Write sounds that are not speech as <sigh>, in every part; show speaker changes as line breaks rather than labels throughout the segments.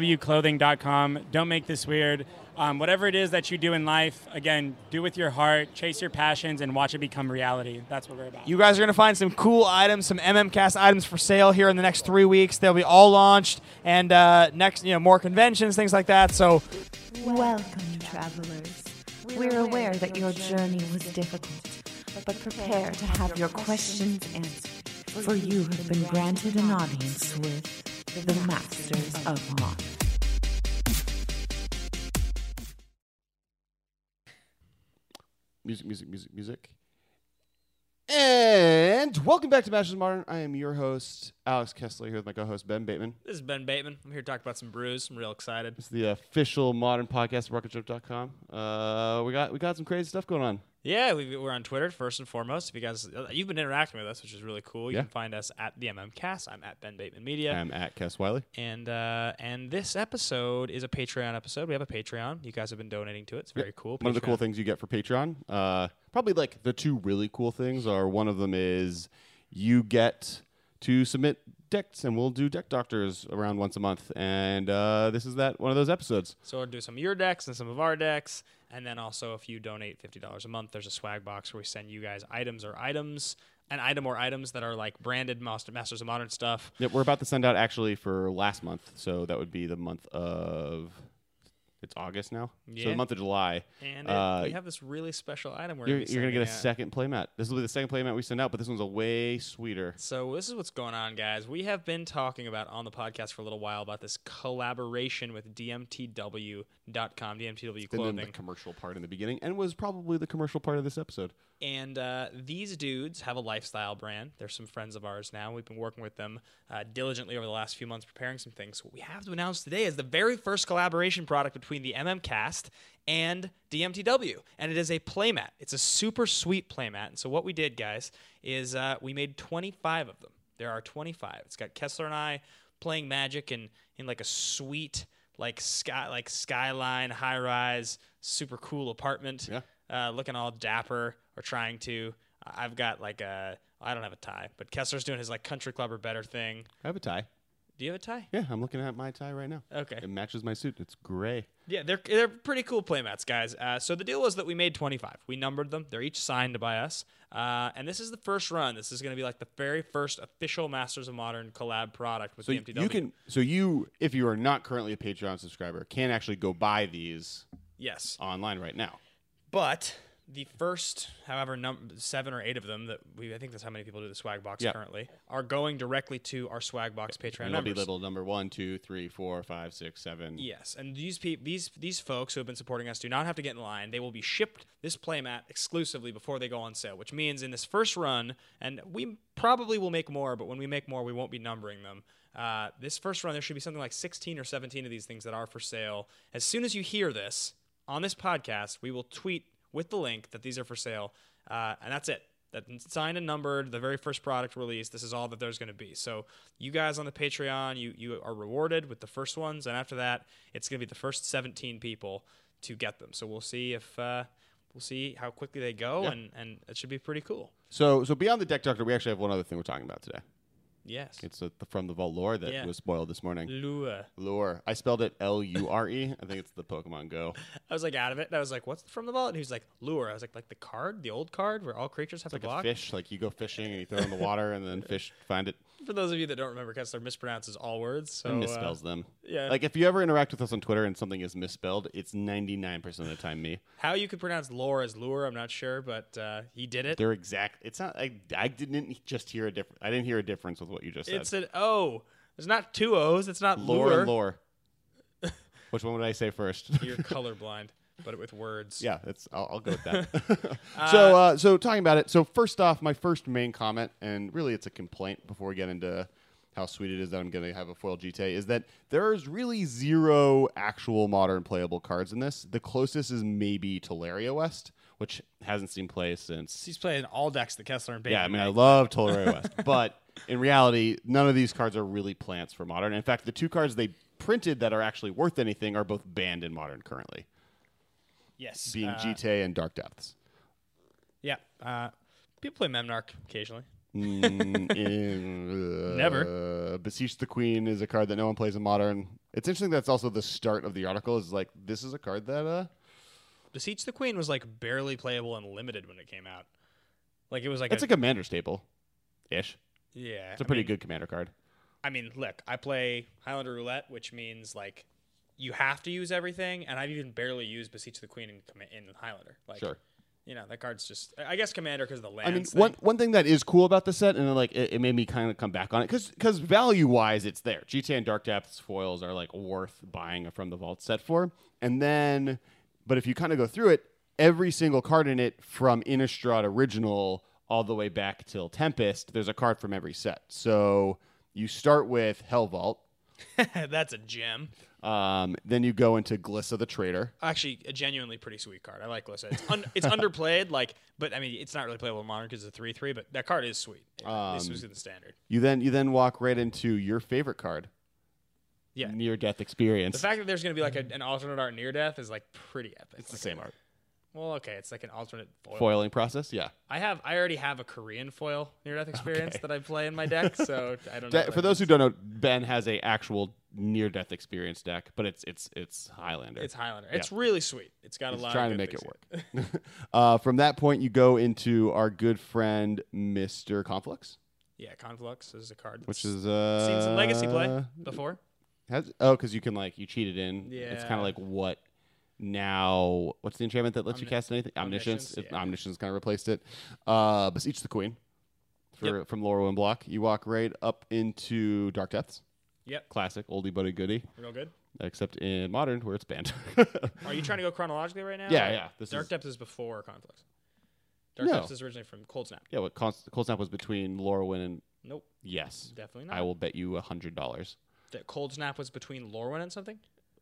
dmtwclothing.com. Don't make this weird. Um, whatever it is that you do in life, again, do with your heart, chase your passions, and watch it become reality. That's what we're about.
You guys are going to find some cool items, some MMCast items for sale here in the next three weeks. They'll be all launched, and uh, next, you know, more conventions, things like that. So
Welcome, travelers. We're aware that your journey was difficult, but prepare to have your questions answered, for you have been granted an audience with the Masters of Moth.
Music, music, music, music. And welcome back to Matches of Modern. I am your host, Alex Kessler, here with my co host, Ben Bateman.
This is Ben Bateman. I'm here to talk about some brews. I'm real excited.
It's the official modern podcast of rocketship.com. Uh, we got we got some crazy stuff going on.
Yeah, we, we're on Twitter first and foremost. If you guys, uh, you've been interacting with us, which is really cool. You
Yeah.
can find us at the MMCast. I'm at Ben Bateman Media.
I'm at Cass Wiley.
and uh, and this episode is a Patreon episode. We have a Patreon. You guys have been donating to it. It's very cool.
One of the cool
Patreon.
things you get for Patreon, uh, probably like the two really cool things are one of them is you get to submit decks, and we'll do deck doctors around once a month. And uh, this is that one of those episodes.
So we'll do some of your decks and some of our decks, and then also if you donate fifty dollars a month, there's a swag box where we send you guys items or items, an item or items that are like branded Master, Masters of Modern stuff.
Yep, we're about to send out actually for last month, so that would be the month of it's August now, so
Yeah.
the month of July.
And
Uh,
it, we have this really special item. We're
you're,
gonna be
you're gonna get a
sending out.
second playmat. This will be the second playmat we send out, but this one's a way sweeter.
So this is what's going on, guys. We have been talking about on the podcast for a little while about this collaboration with DMTW.com, DMTW
And then
clothing.
the commercial part in the beginning, and was probably the commercial part of this episode.
And uh, these dudes have a lifestyle brand. They're some friends of ours now. We've been working with them uh, diligently over the last few months preparing some things. What we have to announce today is the very first collaboration product between the MMCast and DMTW. And it is a playmat. It's a super sweet playmat. And so what we did, guys, is uh, we made 25 of them. There are 25. It's got Kessler and I playing Magic in, in like a sweet, like sky, like skyline, high rise, super cool apartment
Yeah.
uh, looking all dapper or trying to. I- I've got like a I don't have a tie, but Kessler's doing his like country club or better thing.
I have a tie.
Do you have a tie?
Yeah, I'm looking at my tie right now.
Okay.
It matches my suit. It's gray.
Yeah, they're they're pretty cool playmats, guys. Uh, so the deal was that we made 25. We numbered them. They're each signed by us. Uh, and this is the first run. This is going to be like the very first official Masters of Modern collab product with
So
the
y-
MTW.
you can, so you, if you are not currently a Patreon subscriber, can actually go buy these
yes.
online right now.
But the first, however, num- seven or eight of them that we I think that's how many people do the swag box
Yeah.
currently are going directly to our swag box Patreon
And it'll be
members.
labeled number one, two, three, four, five, six, seven.
Yes, and these peop these these folks who have been supporting us do not have to get in line. They will be shipped this playmat exclusively before they go on sale, which means in this first run, and we probably will make more, but when we make more, we won't be numbering them. Uh, this first run, there should be something like 16 or 17 of these things that are for sale. As soon as you hear this on this podcast, we will tweet with the link that these are for sale, uh, and that's it that signed and numbered the very first product release this is all that there's going to be so you guys on the patreon you you are rewarded with the first ones and after that it's going to be the first 17 people to get them so we'll see if uh, we'll see how quickly they go
Yeah.
and and it should be pretty cool
So, so beyond the deck doctor, we actually have one other thing we're talking about today.
yes
It's uh, the, from the vault lore that
Yeah. Mm.
was spoiled this morning.
lure
Lore. I spelled it L U R E. I think it's the Pokemon Go.
<laughs> i was like out of it and i was like what's from the vault and he was like lure i was like like the card the old card where all creatures have
It's like
to block
a fish. Like you go fishing and you throw it in the water and then fish find it.
for those of you that don't remember kessler mispronounces all words so
and
uh,
misspells them.
yeah.
Like if you ever interact with us on Twitter and something is misspelled, it's 99% of the time me.
how you could pronounce lure as lure i'm not sure but uh, he did it
They're exact. It's not. I, I didn't just hear a difference. I didn't hear a difference with what you just said.
It's an O. There's not two O's. It's not
lore
lure.
and lore. Which one would I say
<laughs>
first?
You're colorblind, but with words.
yeah, that's. I'll, I'll go with that. <laughs> so, uh, so talking about it. So first off, my first main comment, and really it's a complaint before we get into how sweet it is that I'm going to have a foil GTA, is that there is really zero actual modern playable cards in this. The closest is maybe Teleria West, which hasn't seen play since
He's playing all decks that Kessler and Bateman.
Yeah, I mean, I love Toleraria West, but in reality, none of these cards are really plants for modern. In fact, the two cards they printed that are actually worth anything are both banned in modern currently,
yes.
being
uh,
GTA and Dark Depths.
Yeah. Uh, people play Memnarch occasionally.
Mm, in, uh,
Never.
Beseech the Queen is a card that no one plays in modern. It's interesting that's also the start of the article is like this is a card that uh
Beseech the Queen was like barely playable and limited when it came out. Like it was like
it's a
a,
commander staple ish.
yeah.
It's a pretty good commander card.
I mean, look, I play Highlander Roulette, which means like you have to use everything, and I've even barely used Beseech the Queen in, Comma- in Highlander. Like,
Sure.
You know that card's just. I I guess Commander because the lands.
I mean,
thing.
one one thing that is cool about the set, and like it, it made me kind of come back on it, because value wise, it's there. GTA and Dark Depths foils are like worth buying from the vault set for, and then, but if you kind of go through it, every single card in it from Innistrad original all the way back till Tempest, there's a card from every set. So you start with Hell Vault,
<laughs> that's a gem.
um, then you go into Glissa the Traitor.
Actually, a genuinely pretty sweet card. I like Glissa. It's, un-
<laughs>
it's underplayed, like, but I mean, it's not really playable in modern because it's a three three. But that card is sweet. Yeah,
Um,
this was in the standard.
You then you then walk right into your favorite card,
Yeah.
Near Death
The
Experience.
fact that there's going to be like a, an alternate art near death is like pretty epic.
it's the same art
Well, okay, it's like an alternate foil.
foiling process, yeah.
I have I already have a Korean foil near death experience that I play in my deck, so
<laughs>
I don't know.
De- for those who don't know, Ben has a actual near death experience deck, but it's it's it's Highlander.
it's Highlander. It's really sweet. It's got a
He's
lot.
trying
of
to
good
make it
things.
work. <laughs>
<laughs>
uh, from that point, you go into our good friend Mister Conflux,
Yeah, Conflux is a card that's
which is uh,
seen some legacy play before.
Has, oh, because you can like you cheated in. it's kind
Yeah.
of like what now? What's the enchantment that lets you
Omni-
cast anything? Omniscience.
Omniscience,
It-
yeah.
Omniscience kind of replaced it. Uh, Beseech the Queen for, from Laurel and Block. You walk right up into Dark Depths.
Yep.
Classic oldie but a goodie.
Real good.
except in modern where it's banned. <laughs>
Are you trying to go chronologically right now?
Yeah,
Or-
yeah, this
Dark
is-
Depths is before Conflux. Dark
No.
Depths is originally from Cold Snap.
yeah, what Cold, Cold Snap was between Lorwyn and
Nope,
yes,
definitely not.
I will bet you a hundred dollars.
That Cold Snap was between Lorwyn and something.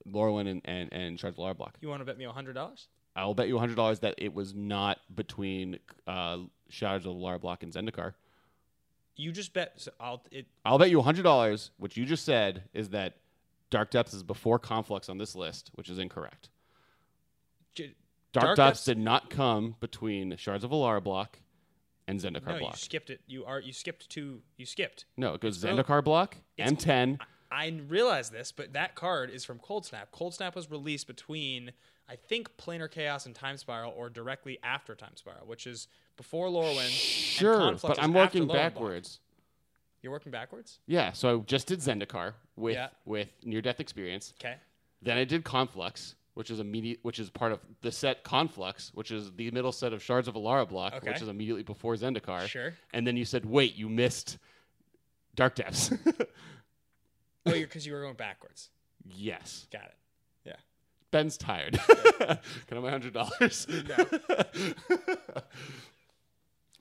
Lorwyn and and and Charge Lara Block.
You want to bet me hundred dollars?
I will bet you a hundred dollars that it was not between uh, Charge Lara Block and Zendikar.
You just bet. So I'll. It,
I'll bet you a hundred dollars. What you just said is that Dark Depths is before Conflux on this list, which is incorrect.
j-
Dark,
Dark
Depths,
Depths-
did not come between Shards of Alara Block and Zendikar
no, you
Block.
skipped it. You are. You skipped to. You skipped.
No, it goes
rel-
Zendikar Block, M10,
I realize this, but that card is from Cold Snap. Cold Snap was released between, I think, Planar Chaos and Time Spiral, or directly after Time Spiral, which is before Lorwyn.
Sure,
and Conflux
but
is
I'm
after
working
Lorwyn Block.
backwards.
You're working backwards.
Yeah, so I just did Zendikar with
Yeah.
with near death experience.
Okay.
Then I did Conflux, which is immediate, which is part of the set Conflux, which is the middle set of Shards of Alara block,
Okay.
which is immediately before Zendikar.
Sure.
And then you said, "Wait, you missed Dark Depths." <laughs>
Oh, you're because you were going backwards.
yes,
Got it. Yeah.
Ben's tired. <laughs> Can I have my hundred dollars? <laughs>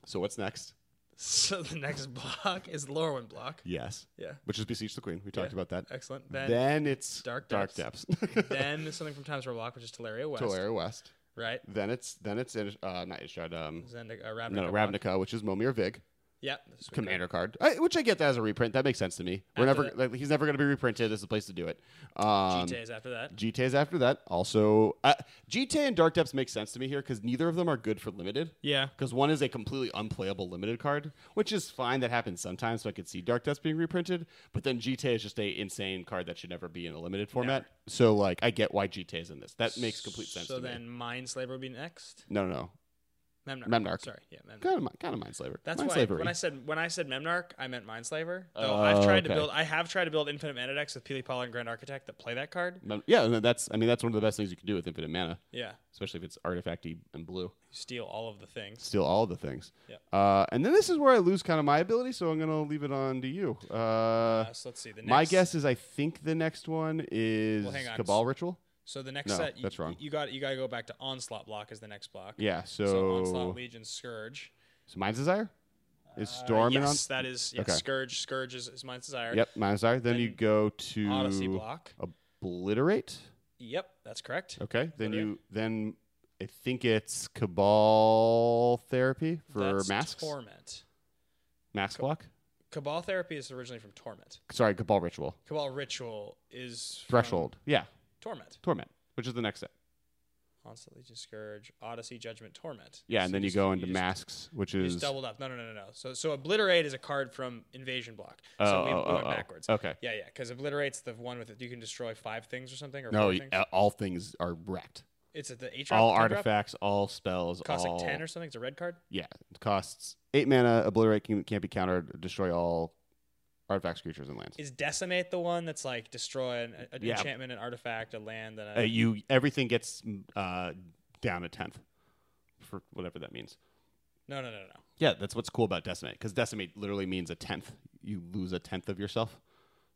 so what's next?
So the next block is Lorwyn block.
Yes.
Yeah.
Which is Beseech the Queen. We talked
Yeah.
about that.
Excellent.
Then,
Then,
it's
Dark
Depths.
Depths. <laughs>
<laughs>
then something from Time Spiral block, which is Teleria West.
Tolaria West.
Right.
Then it's then it's in- uh, not Ishard, um
Zendik, uh, Ravnica.
no,
block.
Ravnica, which is Momir Vig,
Yep. that's what we
commander card, I, which I get that as a reprint. That makes sense to me. We're
After
never like, he's never going to be reprinted. This is the place to do it.
got.
Um,
GTAs after that.
GT is after that. Also, uh, GT and Dark Depths make sense to me here because neither of them are good for limited.
Yeah.
Because one is a completely unplayable limited card, which is fine. That happens sometimes, so I could see Dark Depths being reprinted. But then GT is just a insane card that should never be in a limited format. So like, I get why GT is in this. That makes complete sense.
So
to
then
me.
Mindslaver would be next.
no, no,
Memnarch.
Memnarch.
Sorry, yeah, Memnarch.
kind of kind of mindslaver.
That's
mind
why
slavery.
when I said when I said Memnarch, I meant Mindslaver. Though
Oh,
I've tried to
okay.
build, I have tried to build infinite mana decks with Peely Paula and Grand Architect that play that card.
Mem- Yeah, and that's I mean that's one of the best things you can do with infinite mana,
Yeah,
especially if it's artifacty and blue.
you steal all of the things.
Steal all the things.
Yeah.
Uh, and then this is where I lose kind of my ability, so I'm gonna leave it on to you. Uh,
Uh, so let's see the next.
my guess is I think the next one is
Well, hang on.
Cabal Ritual.
So the next
No,
set, you,
that's wrong.
You got you got to go back to Onslaught Block is the next block.
Yeah. So,
So Onslaught, Legion, Scourge.
so Mind's Desire is
Uh,
Storm and
yes, that is yeah,
Okay.
Scourge. Scourge is, is Mind's Desire.
on. Yep, Mind's Desire. Then,
Then
you go to
Odyssey Block.
Obliterate.
Yep, that's correct.
Okay. Then
Obliterate.
you then I think it's Cabal Therapy for
that's
masks.
Torment.
Mask block.
Cabal Therapy is originally from Torment.
Sorry, Cabal Ritual.
Cabal Ritual is from
Threshold. Yeah.
Torment.
Torment, which is the next set.
Onslaught, Legion, Scourge, Odyssey, Judgment, Torment.
Yeah,
So
and then you
just-
go into
just-
masks, which
you
is
just doubled up. No, no, no, no, no. So, so obliterate is a card from Invasion Block. so
Oh,
we
oh, oh,
went
oh.
backwards.
Okay.
Yeah, yeah. Because obliterate's the one with it. You can destroy five things or something. Or
no,
four
y-
things.
uh, all things are wrecked.
it's at the eight. drop,
All
10 drop?
artifacts, all spells,
Costs
all-
like ten or something. It's a red card.
yeah, it costs eight mana. Obliterate can, can't be countered. Destroy all artifacts, creatures, and lands.
Is decimate the one that's like destroy an, an
Yeah.
enchantment, an artifact, a land, and
Uh,
a,
you everything gets uh, down a tenth for whatever that means.
no, no, no, no, no.
Yeah, that's what's cool about decimate because decimate literally means a tenth. You lose a tenth of yourself.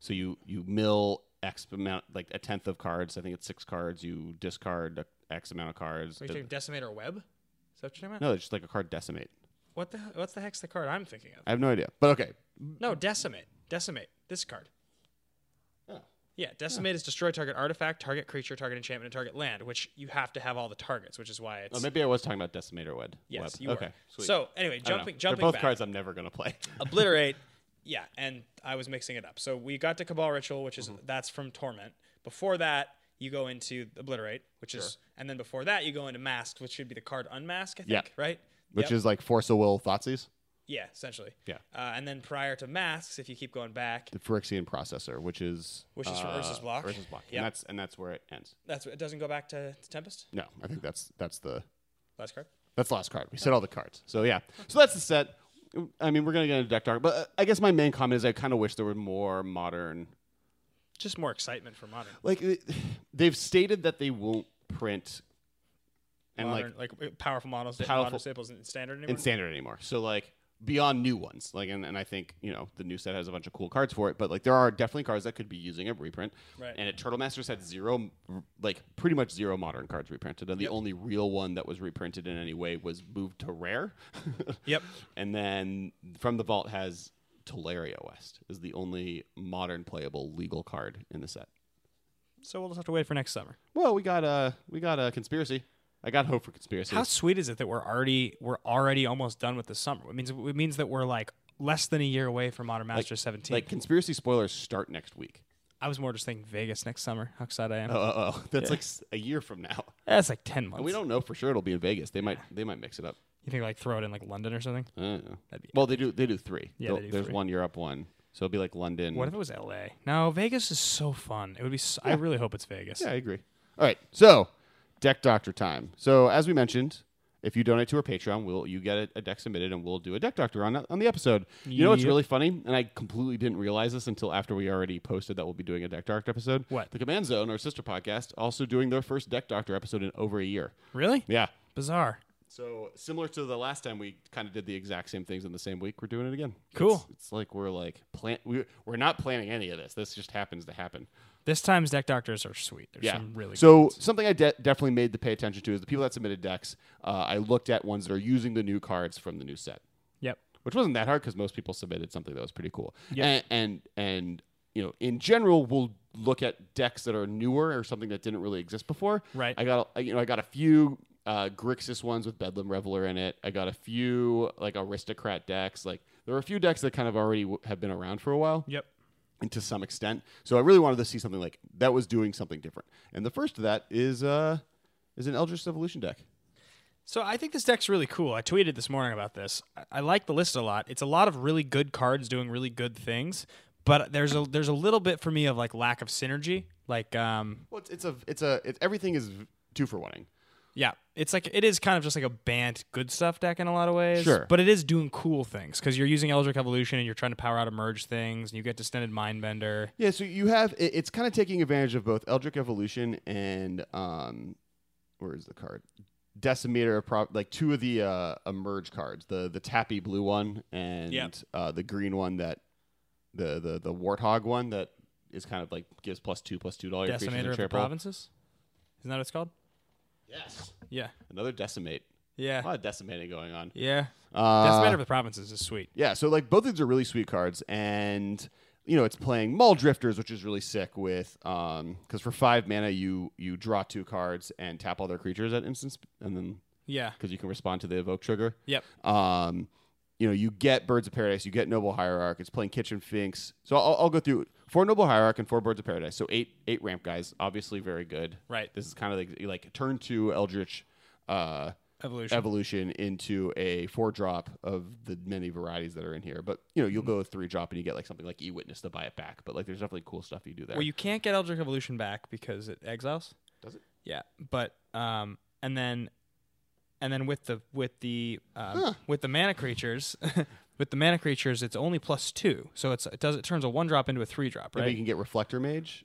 So you you mill x amount like a tenth of cards. I think it's six cards. You discard a- x amount of cards.
Are you
Uh,
talking decimate or web? Is that what you're talking about?
<laughs> no, it's just like a card decimate.
What the what's the heck's the card I'm thinking of?
I have no idea, but okay.
No, decimate. Decimate. This card.
Oh.
Yeah, decimate is destroy target artifact, target creature, target enchantment, and target land, which you have to have all the targets, which is why it's
Oh, maybe I was talking about decimate or wed.
yes,
web.
you
okay.
were.
Sweet.
So anyway,
I don't know.
jumping
They're
jumping
both
back.
cards I'm never gonna <laughs> play.
obliterate yeah and i was mixing it up so we got to cabal ritual which
Mm-hmm.
is that's from torment before that you go into obliterate which is and then before that you go into masked which should be the card unmask i think
Yeah.
right
Which is like force of will thoughtseize.
yeah essentially
Yeah.
uh, and then prior to masks if you keep going back
the Phyrexian processor, which is
Which is from Urza's block.
Urza's block,
Yep.
and that's and that's where it ends.
that's it doesn't go back to, to tempest
No, I <laughs> think that's that's the
last card
that's the last card. We said all the cards, so yeah. So that's the set. I mean, we're gonna get into deck dark, but uh, I guess my main comment is I kind of wish there were more modern.
just more excitement for modern
Like <sighs> it- they've stated that they won't print and
modern,
like
like, uh, powerful models
Powerful-
modern staples in standard anymore
in standard anymore. So like beyond new ones, like and, and I think you know the new set has a bunch of cool cards for it, but like there are definitely cards that could be using a reprint.
Right.
And at Turtle Masters had zero, like pretty much zero modern cards reprinted, and the only real one that was reprinted in any way was moved to rare. <laughs>
Yep.
And then from the vault has Teleria West is the only modern playable legal card in the set.
so we'll just have to wait for next summer
Well, we got a we got a conspiracy. I got hope for conspiracy.
How sweet is it that we're already we're already almost done with the summer? It means it means that we're like less than a year away from Modern Masters 17.
like conspiracy spoilers start next week.
I was more just thinking Vegas next summer. How excited I am!
Oh, oh, oh. <laughs> that's like s- a year from now. <laughs>
That's like ten months.
We don't know for sure it'll be in Vegas. They might they might mix it up.
You think like throw it in like London or something?
I don't know.
That'd be
well, they do they do three.
Yeah,
They'll-
they do
there's
three.
one Europe, one. So it'll be like London.
What if it was L.A.? No, Vegas is so fun. It would be. So, I really hope it's Vegas.
yeah, I agree. All right, so deck doctor time. So as we mentioned, if you donate to our Patreon, we'll you get a, a deck submitted and we'll do a deck doctor on on the episode. You know what's
Yep.
really funny, and I completely didn't realize this until after we already posted that we'll be doing a deck doctor episode.
What?
the Command Zone, our sister podcast, also doing their first deck doctor episode in over a year.
Really?
Yeah,
Bizarre.
So similar to the last time we kind of did the exact same things in the same week, we're doing it again.
Cool.
It's, it's like we're like plan we're, we're not planning any of this. This just happens to happen.
This time's deck doctors are sweet. There's
Yeah.
some really.
so
good ones.
something I de- definitely made to pay attention to is the people that submitted decks. Uh, I looked at ones that are using the new cards from the new set,
Yep.
which wasn't that hard because most people submitted something that was pretty cool. Yeah. And, and and you know, in general, we'll look at decks that are newer or something that didn't really exist before.
Right.
I got a- you know I got a few uh, Grixis ones with Bedlam Reveler in it. I got a few like Aristocrat decks. Like there were a few decks that kind of already w- have been around for a while
Yep.
and to some extent. So I really wanted to see something like that was doing something different. And the first of that is uh is an Eldritch Evolution deck.
So I think this deck's really cool. I tweeted this morning about this. I, I like the list a lot. It's a lot of really good cards doing really good things, but there's a there's a little bit for me of like lack of synergy. Like um
Well, it's, it's a it's a it's everything is two for wanting.
yeah, it's like it is kind of just like a banned good stuff deck in a lot of ways.
Sure.
but it is doing cool things because you're using Eldritch Evolution and you're trying to power out a merge things and you get Distended Mindbender.
Yeah, so you have it, it's kind of taking advantage of both Eldritch Evolution and um where is the card? Decimator, pro- like two of the uh, emerge cards, the the tappy blue one and
Yep.
uh, the green one that the the the warthog one that is kind of like gives plus two plus two dollars.
Decimator of the Provinces. Isn't that what it's called?
Yes,
Yeah.
another decimate.
Yeah.
A lot of decimating going on.
Yeah.
Uh,
Decimator of the Provinces is sweet.
yeah, so like both of these are really sweet cards, and you know it's playing Maul Drifters, which is really sick with um because for five mana you you draw two cards and tap all their creatures at instance, and then
Yeah.
uh, because you can respond to the evoke trigger.
Yep.
Um, you know, you get Birds of Paradise, you get Noble Hierarch. It's playing Kitchen Finks. So I'll, I'll go through four Noble Hierarch and four Birds of Paradise. So eight eight ramp guys, obviously very good.
Right.
This is kind of like like turn two Eldritch uh,
Evolution.
evolution into a four drop of the many varieties that are in here. But you know,
Mm-hmm.
you'll go a three drop and you get like something like E Witness to buy it back. But like, there's definitely cool stuff you do there.
Well, you can't get Eldritch Evolution back because it exiles.
Does it?
Yeah, but um, and then, and then with the with the um, with the mana creatures, <laughs> with the mana creatures, it's only plus two, so it's it does it turns a one drop into a three drop,
Maybe
right?
you can get Reflector Mage.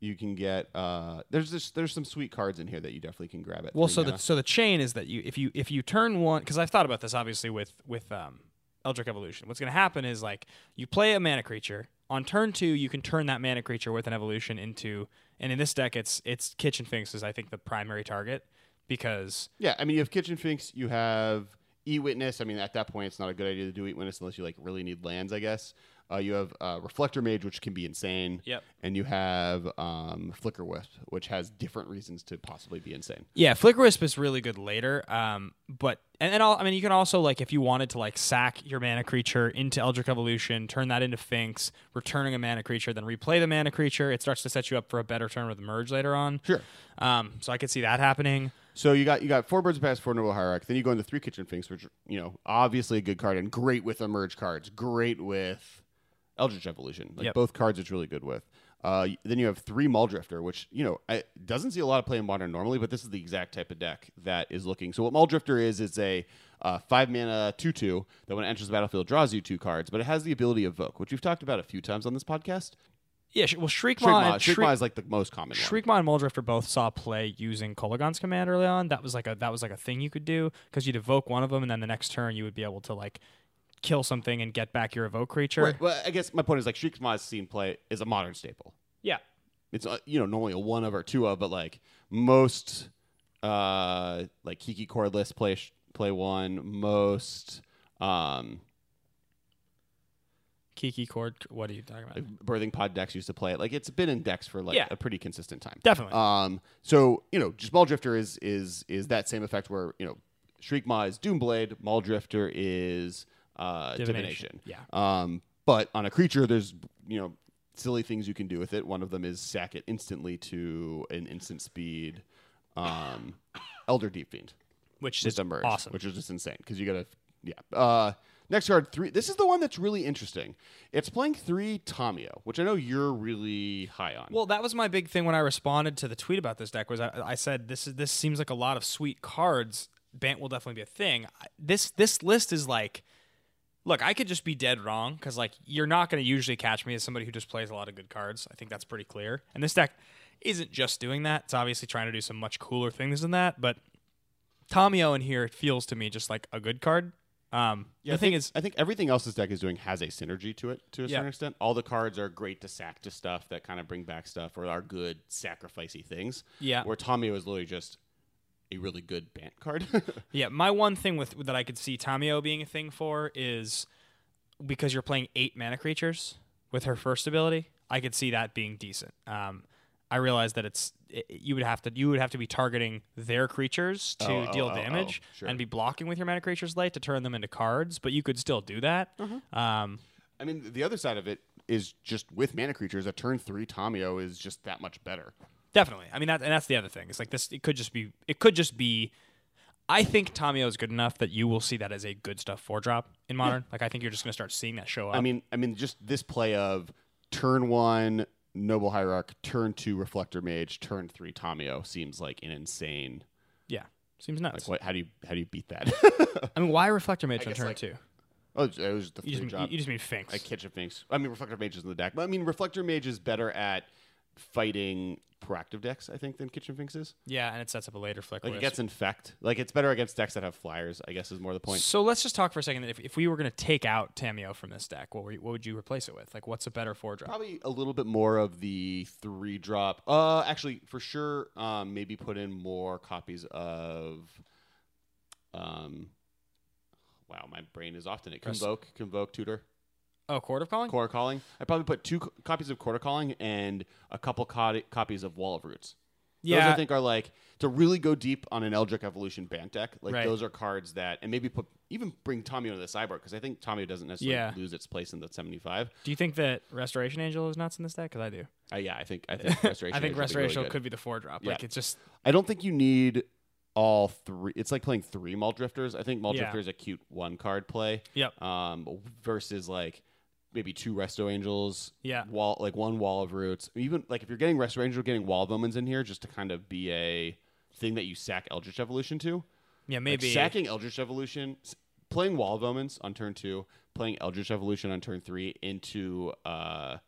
You can get uh, there's this, there's some sweet cards in here that you definitely can grab at.
Well,
three
so
mana.
the so the chain is that you if you if you turn one because I've thought about this obviously with with um, Eldritch Evolution. What's going to happen is like you play a mana creature on turn two, you can turn that mana creature with an evolution into, and in this deck, it's it's Kitchen Finks is I think the primary target because
yeah, I mean you have Kitchen Finks, you have E Witness. I mean at that point it's not a good idea to do E Witness unless you like really need lands, I guess. Uh, you have uh, Reflector Mage, which can be insane.
Yep.
And you have um, Flicker Wisp, which has different reasons to possibly be insane.
Yeah, Flicker Wisp is really good later. Um, but and then all I mean, you can also like if you wanted to like sack your mana creature into Eldritch Evolution, turn that into Finks, returning a mana creature, then replay the mana creature. It starts to set you up for a better turn with Merge later on.
Sure.
Um, so I could see that happening.
So you got you got four birds of pass, four noble hierarch. Then you go into three kitchen finks, which are, you know obviously a good card and great with emerge cards, great with eldritch evolution. Like
Yep.
both cards, it's really good with. Uh, y- then you have three Mull Drifter, which you know I, doesn't see a lot of play in modern normally, but this is the exact type of deck that is looking. So what Mull Drifter is, it's a uh, five mana two two that when it enters the battlefield draws you two cards, but it has the ability of Evoke, which we've talked about a few times on this podcast.
Yeah, sh- well, Shriekmaw,
Shriekmaw,
and
Shriekmaw is like the most common. one.
Shriekmaw and Muldrifter both saw play using Kolagon's command early on. That was like a that was like a thing you could do because you'd evoke one of them, and then the next turn you would be able to like kill something and get back your evoke creature.
Right, well, I guess my point is like Shriekmaw's scene play is a modern staple.
Yeah,
it's uh, you know normally a one of or two of, but like most uh like Kiki cordless play sh- play one, most um
Kiki Cord. What are you talking about?
like birthing pod decks used to play it. Like it's been in decks for like
Yeah.
a pretty consistent time.
Definitely.
Um so you know just Maul Drifter is is is that same effect where you know Shriekmaw is Doomblade, Maul Drifter is uh divination.
Divination, yeah.
Um, but on a creature, there's you know silly things you can do with it. One of them is sack it instantly to an instant speed, um, Elder Deep Fiend,
which
just
is
emerge,
awesome.
which is just insane because you gotta yeah. Uh, next card three. This is the one that's really interesting. It's playing three Tamio, which I know you're really high on.
well, that was my big thing when I responded to the tweet about this deck. Was I, I said this is this seems like a lot of sweet cards. Bant will definitely be a thing. I- This this list is like, look, I could just be dead wrong because like you're not going to usually catch me as somebody who just plays a lot of good cards. I think that's pretty clear. And this deck isn't just doing that. It's obviously trying to do some much cooler things than that. But Tomio in here feels to me just like a good card. Um,
I
the thing
think,
is,
I think everything else this deck is doing has a synergy to it to a
Yeah.
certain extent. All the cards are great to sack to stuff that kind of bring back stuff or are good sacrificey things.
Yeah.
Where Tommy was literally just a really good Bant card. <laughs>
Yeah, my one thing with that I could see Tamio being a thing for is because you're playing eight mana creatures with her first ability. I could see that being decent. Um, I realize that it's it, you would have to you would have to be targeting their creatures to
Oh, oh,
deal
oh, oh,
damage
sure.
and be blocking with your mana creatures late to turn them into cards, but you could still do that. Um,
I mean, the other side of it is just with mana creatures, a turn three Tomio is just that much better.
Definitely. I mean that and that's the other thing. It's like this it could just be it could just be I think Tamio is good enough that you will see that as a good stuff four drop in modern. Like I think you're just gonna start seeing that show up.
I mean, I mean, just this play of turn one Noble Hierarch, turn two Reflector Mage, turn three Tomio seems like an insane.
Yeah, seems nuts.
Like, what? How do you how do you beat that? <laughs>
I mean, why reflector mage on
guess,
turn
like,
two?
oh, it was the
You
three
just,
drop.
mean, you just mean Finks.
I catch a Finks. I mean, Reflector Mage is in the deck. But I mean, Reflector Mage is better at fighting proactive decks, I think, than Kitchen Finks is.
yeah, and it sets up a later flick.
Like, it
list.
gets infect. Like, it's better against decks that have flyers, I guess, is more the point.
so let's just talk for a second. That if, if we were going to take out Tamio from this deck, what, were you, what would you replace it with? Like, what's a better four drop?
Probably a little bit more of the three drop. Uh, actually, for sure, um, maybe put in more copies of. Um, wow, my brain is often it.
Rest-
Convoke, Convoke, Tutor.
Oh, Court of Calling?
Quarter Calling. I probably put two co- copies of Quarter Calling and a couple co- copies of Wall of Roots.
Yeah.
Those I think are like to really go deep on an Eldritch Evolution band deck. Like
Right.
those are cards that, and maybe put even bring Tommy onto the sideboard because I think Tommy doesn't necessarily
Yeah.
lose its place in the seventy five.
Do you think that Restoration Angel is nuts in this deck? Because I do.
Uh, yeah,
<laughs>
I think I think
I think
Restoration. Angel would be really
Restoration
good.
could be the four drop.
Yeah.
Like it's just
I don't think you need all three. It's like playing three Mall Drifters. I think Mall
Yeah.
Drifter is a cute one card play.
Yep.
Um, versus like maybe two Resto Angels.
Yeah.
Wall like one Wall of Roots. Even like if you're getting Resto Angel, getting Wall of Omens in here just to kind of be a thing that you sack Eldritch Evolution to.
yeah
Like,
maybe
sacking Eldritch Evolution, s- playing Wall of Omens on turn two, playing Eldritch Evolution on turn three into uh,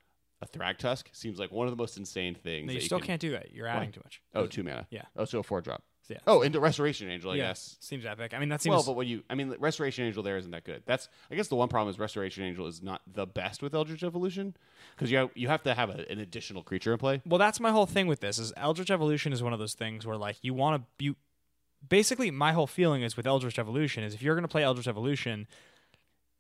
a Thrag Tusk seems like one of the most insane things.
No,
that
you still
can-
can't do that. You're adding too much.
Oh, two mana.
Yeah.
Oh, so a four drop.
Yeah.
Oh, into Restoration Angel, I guess.
Seems epic. I mean that seems
Well, but what you, I mean, Restoration Angel there isn't that good. That's, I guess, the one problem is Restoration Angel is not the best with Eldritch Evolution because you have, you have to have a, an additional creature in play.
Well, that's my whole thing with this is Eldritch Evolution is one of those things where like you want to you basically my whole feeling is with Eldritch Evolution is if you're going to play Eldritch Evolution,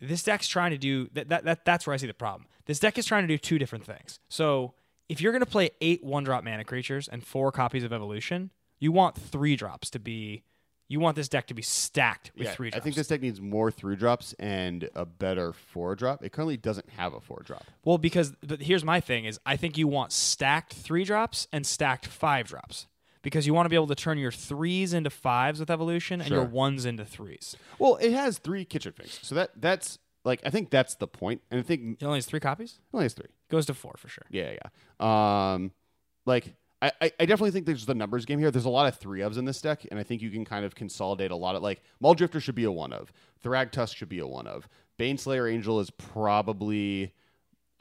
this deck's trying to do that, that that that's where I see the problem. This deck is trying to do two different things. So, if you're going to play 8 one-drop mana creatures and four copies of Evolution, you want three drops to be you want this deck to be stacked with three
I
drops.
think this deck needs more three drops and a better four drop. It currently doesn't have a four drop.
Well, because but here's my thing is I think you want stacked three drops and stacked five drops because you want to be able to turn your threes into fives with evolution and your
Sure.
ones into threes.
Well, it has three kitchen things. So that that's like, I think that's the point. And I think it
It only has three copies.
only has three.
Goes to four for sure.
Yeah, yeah. Um, like I, I I definitely think there's the numbers game here. There's a lot of three ofs in this deck, and I think you can kind of consolidate a lot of like Maul Drifter should be a one of, Thrag Tusk should be a one of, Baneslayer Angel is probably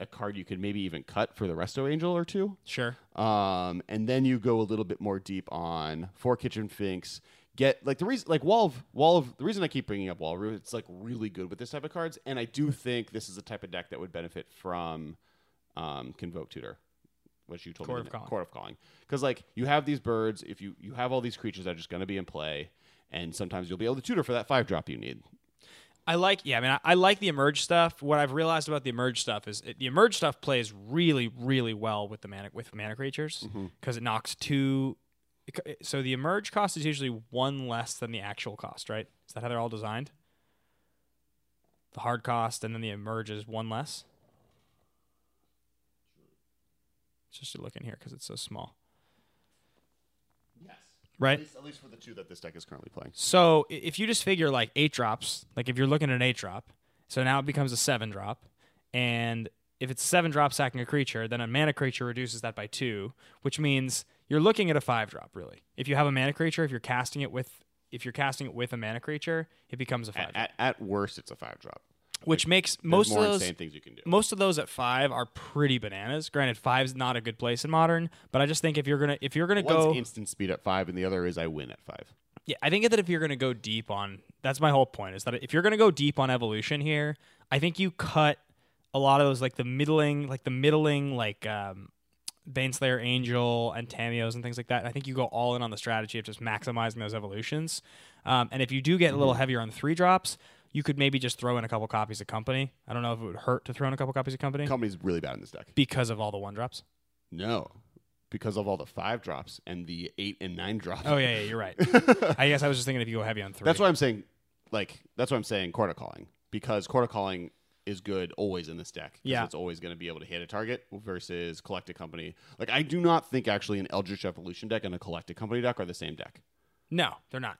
a card you could maybe even cut for the Resto Angel or two.
Sure.
Um, and then you go a little bit more deep on four kitchen finks. Get like the reason, like wall of wall of the reason I keep bringing up wall of Roots, it's like really good with this type of cards, and I do think this is the type of deck that would benefit from um, convoke tutor, which you told
Court
me
of
the-
Calling.
court of calling, because like you have these birds, if you you have all these creatures that are just going to be in play, and sometimes you'll be able to tutor for that five drop you need.
I like, yeah, I mean, I, I like the emerge stuff. What I've realized about the emerge stuff is it, the emerge stuff plays really, really well with the mana with mana creatures because it knocks two. it co- it- So the emerge cost is usually one less than the actual cost, right? Is that how they're all designed? The hard cost and then the emerge is one less. It's just to look in here because it's so small,
Yes,
right?
at least, at least for the two that this deck is currently playing.
So i- if you just figure like eight drops, like if you're looking at an eight drop, so now it becomes a seven drop, and if it's seven drop sacking a creature, then a mana creature reduces that by two, which means you're looking at a five drop really. If you have a mana creature, if you're casting it with if you're casting it with a mana creature, it becomes a five,
At,
drop,
at, at worst, it's a five drop.
which makes
There's
most of
more
those
insane things you can do.
most of those at five are pretty bananas. Granted, five's not a good place in modern, but I just think if you're gonna if you're gonna
One's
go
instant speed at five, and the other is I win at five.
Yeah, I think that if you're going to go deep on that's my whole point is that if you're going to go deep on evolution here, I think you cut a lot of those like the middling, like the middling like um Baneslayer Angel and Tamios and things like that. I think you go all in on the strategy of just maximizing those evolutions. Um, and if you do get a little
Mm-hmm.
heavier on the three drops, you could maybe just throw in a couple copies of Company. I don't know if it would hurt to throw in a couple copies of Company
Company's really bad in this deck.
because of all the one drops.
No, because of all the five drops and the eight and nine drops.
Oh yeah, yeah, you're
<laughs>
right. I guess I was just thinking if you go heavy on three.
That's why I'm saying, like, that's why I'm saying quarter calling because quarter calling is good always in this deck. 'cause
Yeah.
it's always going to be able to hit a target versus collected company. Like, I do not think actually an Eldritch Evolution deck and a collected company deck are the same deck.
No, they're not.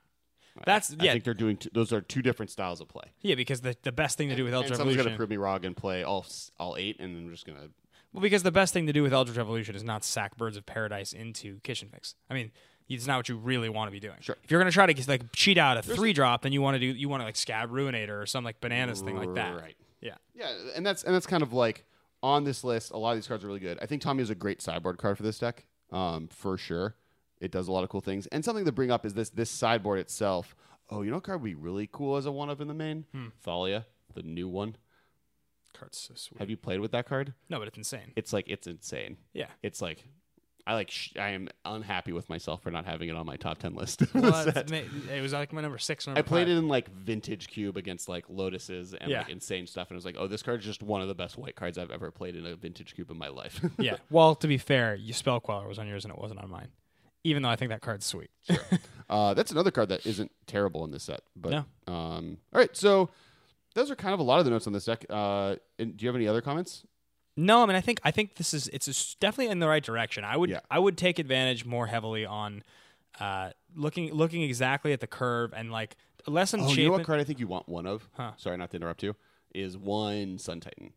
That's
I
yeah.
think they're doing t- those are two different styles of play.
Yeah, because the, the best thing to do with
And
Eldritch
someone's going to
Evolution.
prove me wrong and play all s- all eight, and I'm just going to
well, because the best thing to do with Eldritch Evolution is not sack Birds of Paradise into Kitchen Fix. I mean, it's not what you really want to be doing.
Sure.
If you're going to try to get, like cheat out a three drop, then you want to do you want to like Scab Ruinator or some like bananas thing like that.
Right.
Yeah.
Yeah, and that's and that's kind of like on this list. A lot of these cards are really good. I think Tommy is a great sideboard card for this deck, um, for sure. It does a lot of cool things. And something to bring up is this this sideboard itself. Oh, you know what card would be really cool as a one of in the main? Thalia, the new one.
Card's so sweet.
Have you played with that card?
No, but it's insane.
It's like it's insane.
Yeah.
It's like I like sh- I am unhappy with myself for not having it on my top ten list. <laughs>
Well, it's ma- it was like my number six. Number
I played
five.
it in like vintage cube against like lotuses and
Yeah.
like insane stuff, and I was like, "Oh, this card's just one of the best white cards I've ever played in a vintage cube in my life." <laughs>
yeah. Well, to be fair, you spell queller was on yours and it wasn't on mine. even though I think that card's sweet.
Uh, that's another card that isn't terrible in this set. But
No.
um, all right, so those are kind of a lot of the notes on this deck. Uh, and do you have any other comments?
No, I mean I think I think this is it's s- definitely in the right direction. I would
Yeah.
I would take advantage more heavily on uh, looking looking exactly at the curve and like lesson
Oh,
Chapin.
you know what card I think you want one of?
Huh.
Sorry, not to interrupt you. Is one Sun Titan.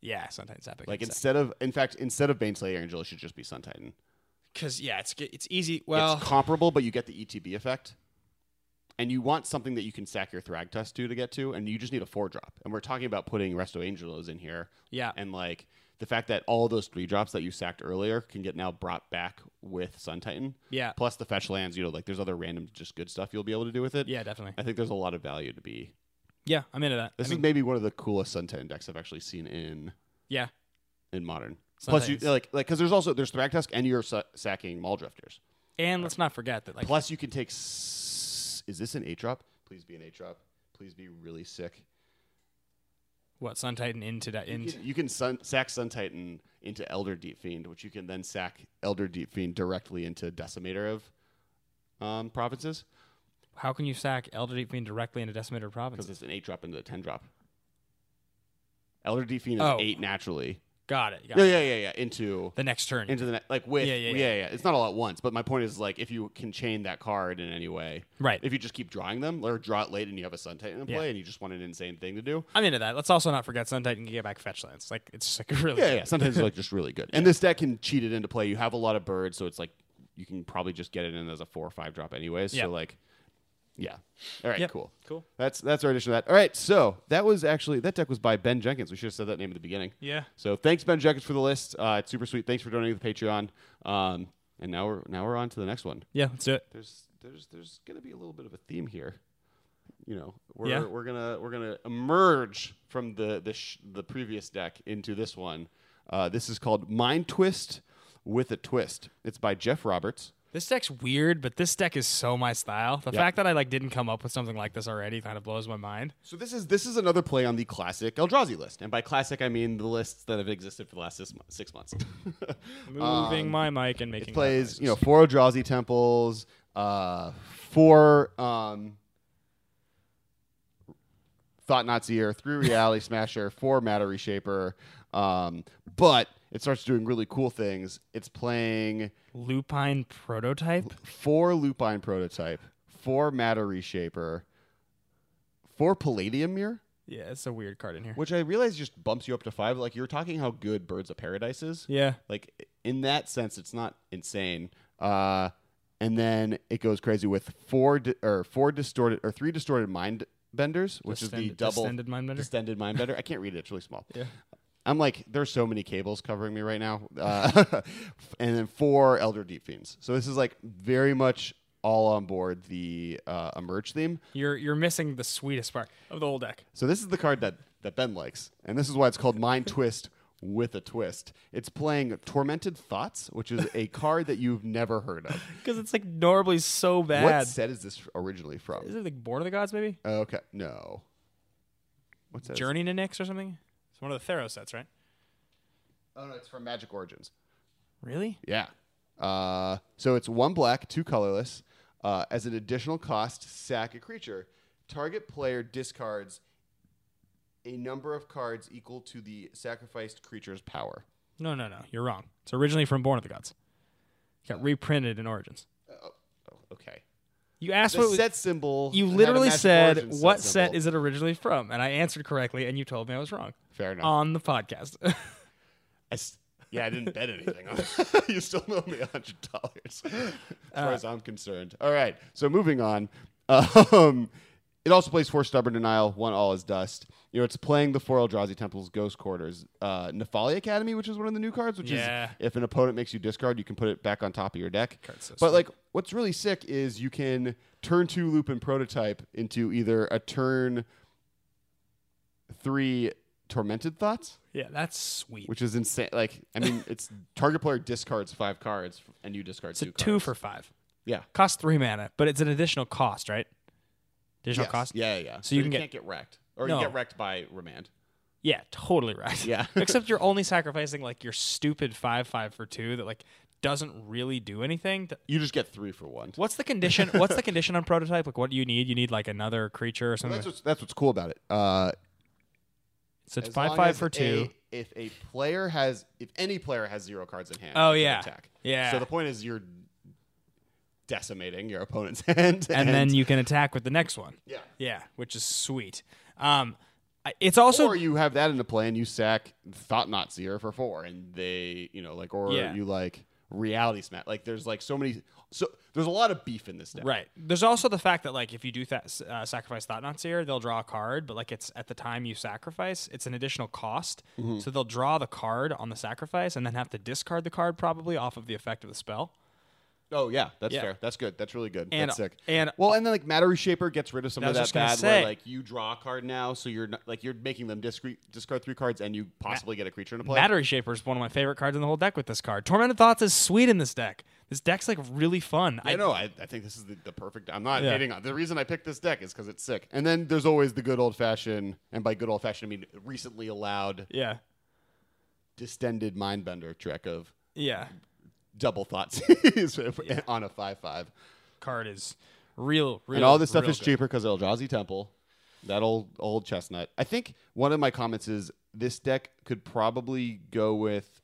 Yeah, sometimes that
Like instead of, in fact, instead of Baneslayer Angel, it should just be Sun Titan.
because yeah, it's it's easy. Well,
it's comparable, but you get the ETB effect. And you want something that you can sack your Thrag Test to to get to, and you just need a four drop. And we're talking about putting Resto Angelos in here.
Yeah.
And like the fact that all those three drops that you sacked earlier can get now brought back with Sun Titan.
Yeah.
Plus the fetch lands, you know, like there's other random just good stuff you'll be able to do with it.
yeah, definitely.
I think there's a lot of value to be.
Yeah, I'm into that. I
This is
mean,
maybe one of the coolest Sun Titan decks I've actually seen in
yeah,
in modern.
Sun
Plus, you
Titans.
like like because there's also there's Thrag Tusk and you're sa- sacking Maul Drifters.
and let's not forget that like
Plus, you can take. S- is this an eight drop? Please be an eight drop. Please be really sick.
what Sun Titan into that
You
into
can, you can sun, sack Sun Titan into Elder Deep Fiend, which you can then sack Elder Deep Fiend directly into Decimator of um, Provinces
how can you sack Elder Deep Fiend directly into Decimator
because
Province?
it's an eight drop into a ten drop. Elder Deep Fiend is
Oh.
eight naturally.
Got it. Got
Yeah,
it.
yeah, yeah, yeah. Into
The next turn.
into the net, like with
Yeah,
yeah
yeah,
yeah,
yeah.
yeah, It's not all at once, but my point is like if you can chain that card in any way,
Right.
If you just keep drawing them or draw it late and you have a Sun Titan in play
Yeah.
and you just want an insane thing to do,
I'm into that. Let's also not forget Sun Titan can get back fetch lands. Like it's just like really
yeah, yeah. Sometimes it's like just really good, and this deck can cheat it into play. You have a lot of birds, so it's like you can probably just get it in as a four or five drop anyways.
Yeah.
So like, yeah. All right,
Yep.
cool,
Cool.
That's that's our edition of that. All right, so that was actually that deck was by Ben Jenkins. We should have said that name at the beginning.
Yeah.
So thanks Ben Jenkins for the list. Uh, it's super sweet. Thanks for donating to the Patreon. Um, and now we're now we're on to the next one.
yeah. Let's do it.
there's there's there's gonna be a little bit of a theme here. You know, we're
Yeah.
we're gonna we're gonna emerge from the the sh- the previous deck into this one. Uh, this is called Mind Twist with a Twist. It's by Jeff Roberts.
This deck's weird, but this deck is so my style. The fact that I like didn't come up with something like this already kind of blows my mind.
So this is this is another play on the classic Eldrazi list, and by classic I mean the lists that have existed for the last six, mo- six <laughs> months.
Moving my mic and making
Um, it
loud
plays
noises.
you know four Eldrazi temples, uh, four um, Thought Nazier, three Reality Smasher, four Matter Reshaper, um, but it starts doing really cool things. It's playing
Lupine prototype.
four Lupine Prototype, four Matter Reshaper, four Palladium Mirror,
Yeah, it's a weird card in here.
which I realize just bumps you up to five. Like you were talking how good Birds of Paradise is
Yeah,
like in that sense it's not insane uh and then it goes crazy with four di- or four distorted or three distorted mind benders which is the
Distended-
double
distended mind bender?
distended mind bender i can't read it it's really small
Yeah.
i'm like there's so many cables covering me right now uh, <laughs> and then four elder deep fiends so this is like very much all on board the uh, emerge theme
you're you're missing the sweetest part of the whole deck.
so this is the card that that Ben likes, and this is why it's called Mind Twist with a twist. It's playing Tormented Thoughts, which is a card that you've never heard of.
Because it's like normally so bad.
What set is this originally
Is
from?
it like Born of the Gods maybe?
Okay, no. What's that?
Journey to Nyx or something? It's one of the Theros sets, right?
Oh no, it's from Magic Origins.
Really?
Yeah. Uh, so it's one black, two colorless. Uh, as an additional cost, sack a creature. Target player discards a number of cards equal to the sacrificed creature's power.
No, no, no. You're wrong. It's originally from Born of the Gods. It got reprinted in Origins.
Oh, okay.
You asked
the
what it was-
set symbol.
You
had a
literally
Magic
said
Origins
what set
symbol."
is it originally from, and I answered correctly, and you told me I was wrong
Fair enough.
on the podcast. <laughs>
I s- yeah, I didn't bet anything. on it. <laughs> Uh, you still owe me hundred dollars, <laughs> as far as I'm concerned. All right. So moving on. <laughs> Um, it also plays four stubborn denial, one all is dust. You know, it's playing the four Eldrazi temples, ghost quarters, uh, Nephali Academy, which is one of the new cards. Which
Yeah.
is if an opponent makes you discard, you can put it back on top of your deck.
Card's so
but
sweet.
like, what's really sick is you can turn two loop and prototype into either a turn three tormented thoughts
yeah, that's sweet.
which is insane. Like, I
<laughs>
mean, it's target player discards five cards f- and you discard
it's a
two.
two
cards.
for five.
yeah.
Costs three mana, but it's an additional cost, right? Additional
Yes.
cost.
Yeah, yeah, yeah.
So you can get-
not get wrecked, or
No.
you get wrecked by remand.
Yeah, totally right.
Yeah.
<laughs> Except you're only sacrificing like your stupid five five for two that like doesn't really do anything. Th-
You just get three for one.
What's the
<laughs>
condition? What's the condition on prototype? Like, what do you need? You need like another creature or
Well,
something.
that's what's that's what's cool about it. Uh,
so it's
as
five
long
five
as
for two.
a- if a player has, if any player has zero cards in hand.
Oh,
you can
yeah.
attack.
Yeah.
So the point is you're decimating your opponent's <laughs> hand,
and then you can attack with the next one.
yeah.
Yeah, which is sweet. Um, I- it's also
or you have that into play and you sack Thought Not Seer for four, and they, you know, like, or
Yeah.
you like Reality Smash. Like, there's like so many, so there's a lot of beef in this deck.
Right. There's also the fact that like if you do that uh, sacrifice Thought Not Seer, they'll draw a card, but like it's at the time you sacrifice, it's an additional cost.
Mm-hmm.
So they'll draw the card on the sacrifice and then have to discard the card probably off of the effect of the spell.
Oh yeah, that's
Yeah.
fair. That's good. That's really good.
And-
that's sick.
and-
well, and then like Matter Reshaper gets rid of some
I
of
was
that
just gonna
bad
say-
where like you draw a card now, so you're not, like you're making them discre- discard three cards, and you possibly get a creature into play.
Battery Shaper is one of my favorite cards in the whole deck with this card. Tormented Thoughts is sweet in this deck. This deck's like really fun.
I know. I, I think this is the, the perfect. I'm not
Yeah.
hating on. The reason I picked this deck is because it's sick. And then there's always the good old fashioned, and by good old fashioned I mean recently allowed
Yeah.
distended mindbender trick of
Yeah.
double <laughs> thoughts on a five five.
Card is real, real
and all this stuff
real
is
good.
cheaper because Eldrazi Temple, that old old chestnut. I think one of my comments is this deck could probably go with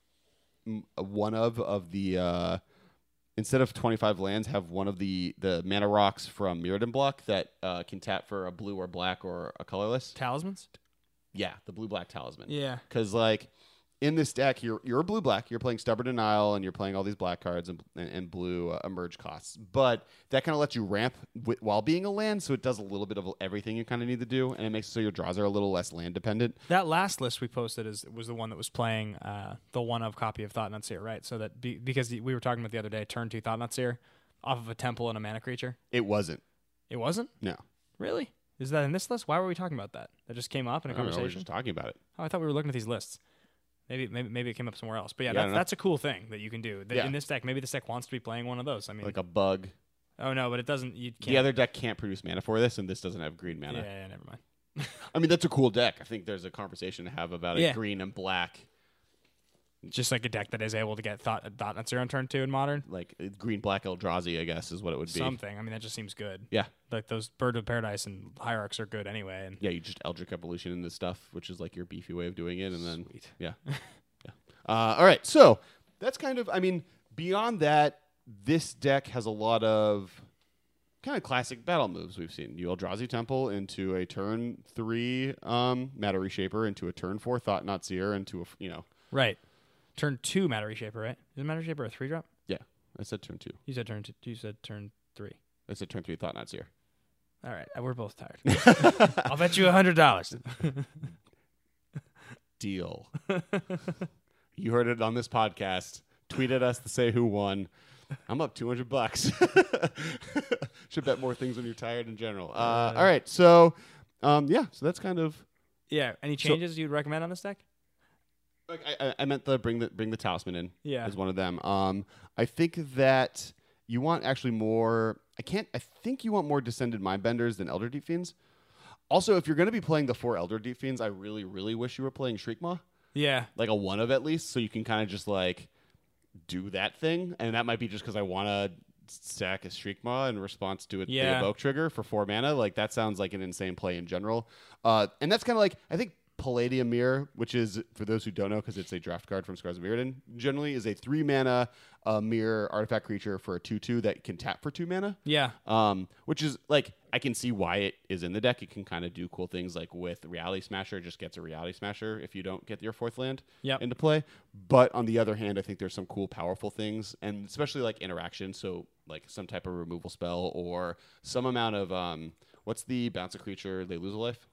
m- uh, one of of the uh, instead of twenty five lands, have one of the the mana rocks from Mirrodin block that uh, can tap for a blue or black or a colorless.
Talismans?
Yeah, the blue black talisman.
Yeah.
Because like in this deck, you're you're a blue black. You're playing stubborn denial, and you're playing all these black cards and and, and blue uh, emerge costs. But that kind of lets you ramp wi while being a land, so it does a little bit of everything you kind of need to do, and it makes it so your draws are a little less land dependent.
That last list we posted is was the one that was playing uh, the one of copy of Thought Not Seer, right? So that be, because we were talking about the other day, turn two Thought Not Seer off of a temple and a mana creature.
It wasn't.
It wasn't
No,
really. Is that in this list? Why were we talking about that? That just came up in a
I don't know, we're
conversation.
just talking about it.
oh, I thought we were looking at these lists. Maybe maybe maybe it came up somewhere else. But yeah,
Yeah, I
that's,
don't know.
that's a cool thing that you can do that
Yeah.
in this deck. Maybe this deck wants to be playing one of those. I mean,
Like a bug.
oh no, but it doesn't. You can't.
The other deck can't produce mana for this, and this doesn't have green
yeah,
mana.
yeah, never mind.
I mean, that's a cool deck. I think there's a conversation to have about it.
Yeah.
Green and black,
Just like a deck that is able to get Thought Thought Not Seer on turn two in modern.
like uh, green black Eldrazi, I guess, is what it would be.
Something. I mean, that just seems good.
Yeah.
like those Bird of Paradise and Hierarchs are good anyway. And
yeah, you just Eldritch Evolution into stuff, which is like your beefy way of doing it, and then
Sweet.
<laughs> yeah, yeah. Uh, all right, so that's kind of. I mean, beyond that, this deck has a lot of kind of classic battle moves we've seen. You Eldrazi Temple into a turn three um, Matter Reshaper, into a turn four Thought Not Seer, into a f- you know
right, turn two Matter Shaper, right? Is Matter Shaper a three drop?
yeah. I said turn two.
You said turn two. You said turn three.
I said turn three Thought Not Seer.
All right, uh, we're both tired. <laughs> I'll bet you a hundred dollars.
Deal. <laughs> you heard it on this podcast. Tweet at us to say who won. I'm up 200 bucks. <laughs> Should bet more things when you're tired in general. Uh, all right. So, um, yeah. So that's kind of.
Yeah. Any changes you'd recommend on this deck?
Like, I, I- I meant the bring the bring the talisman in.
Yeah.
Is one of them. Um, I think that you want actually more. I can't. I think you want more descended mindbenders than elder deep fiends. Also, if you're going to be playing the four elder deep fiends, I really, really wish you were playing Shriekmaw.
Yeah.
like a one of at least, so you can kind of just like do that thing. And that might be just because I want to stack a Shriek Maw in response to it,
Yeah.
the evoke trigger for four mana. Like that sounds like an insane play in general. Uh, and that's kind of like I think Palladium Mirror, which is for those who don't know, because it's a draft card from Scars of Mirrodin, generally is a three mana uh, mirror artifact creature for a two two that can tap for two mana
Yeah.
um, which is like I can see why it is in the deck. It can kind of do cool things like with Reality Smasher, it just gets a Reality Smasher if you don't get your fourth land
Yep.
into play. But on the other hand, I think there's some cool, powerful things, and especially like interaction. So like some type of removal spell or some amount of um, what's the bounce a creature they lose a life?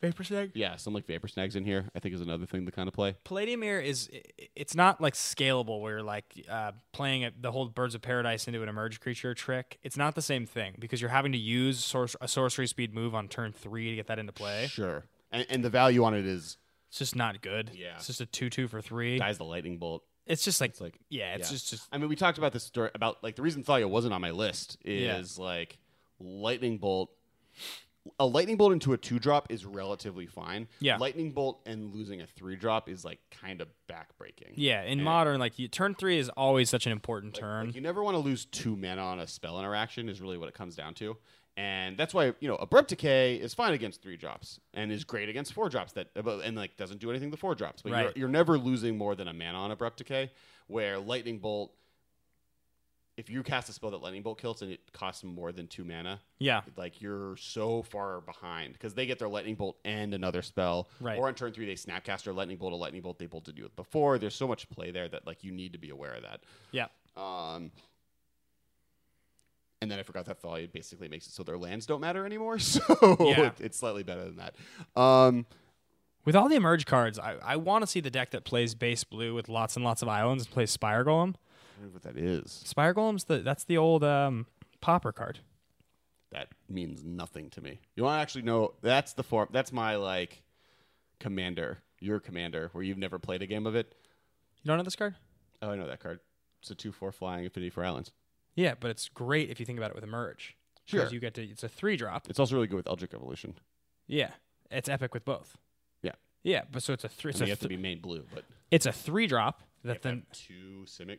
Vapor Snag.
Yeah, some like vapor snags in here. I think is another thing to kind of play.
Palladium Mirror is i- it's not like scalable where you're like uh, playing it, the whole Birds of Paradise into an emerge creature trick. It's not the same thing because you're having to use sorcer- a sorcery speed move on turn three to get that into play.
Sure, and, and the value on it is
It's just not good.
Yeah.
It's just a two two for three.
dies the lightning bolt.
It's just like,
like-
yeah, it's
Yeah.
just just
I mean, we talked about this story about like the reason Thalia wasn't on my list
Yeah.
is like lightning bolt a lightning bolt into a two drop is relatively fine.
Yeah.
Lightning bolt and losing a three drop is like kind of backbreaking.
Yeah, in
And,
modern, like you, turn three is always such an important
like,
turn.
like, you never want to lose two mana on a spell interaction is really what it comes down to. And that's why, you know, abrupt decay is fine against three drops and is great against four drops that and like doesn't do anything to four drops. But you're,
Right.
you're never losing more than a mana on abrupt decay, where lightning bolt if you cast a spell that lightning bolt kills and it costs more than two mana, <laughs>
yeah,
like you're so far behind because they get their lightning bolt and another spell
Right.
or on turn three they snapcast their lightning bolt a lightning bolt they bolted you with before there's so much play there that like you need to be aware of that
yeah,
um and then i forgot that thalia basically makes it so their lands don't matter anymore <laughs> so
Yeah.
it- it's slightly better than that um
With all the emerge cards, I, I want to see the deck that plays base blue with lots and lots of islands and plays Spire Golem.
I don't know what that is
Spire Golem's the that's the old um, popper card.
that means nothing to me you want to actually know that's the form that's my like commander your commander where you've never played a game of it
You don't know this card?
Oh, I know that card. It's a two four flying affinity for islands.
Yeah, but it's great if you think about it with emerge. 'Cause
Sure.
you get to it's a three drop.
It's also really good with Eldritch Evolution.
Yeah, it's epic with both.
Yeah,
Yeah, but so it's a three. It's
it's
a,
and you have to
th-
be main blue, but
it's a three drop that then
two simic.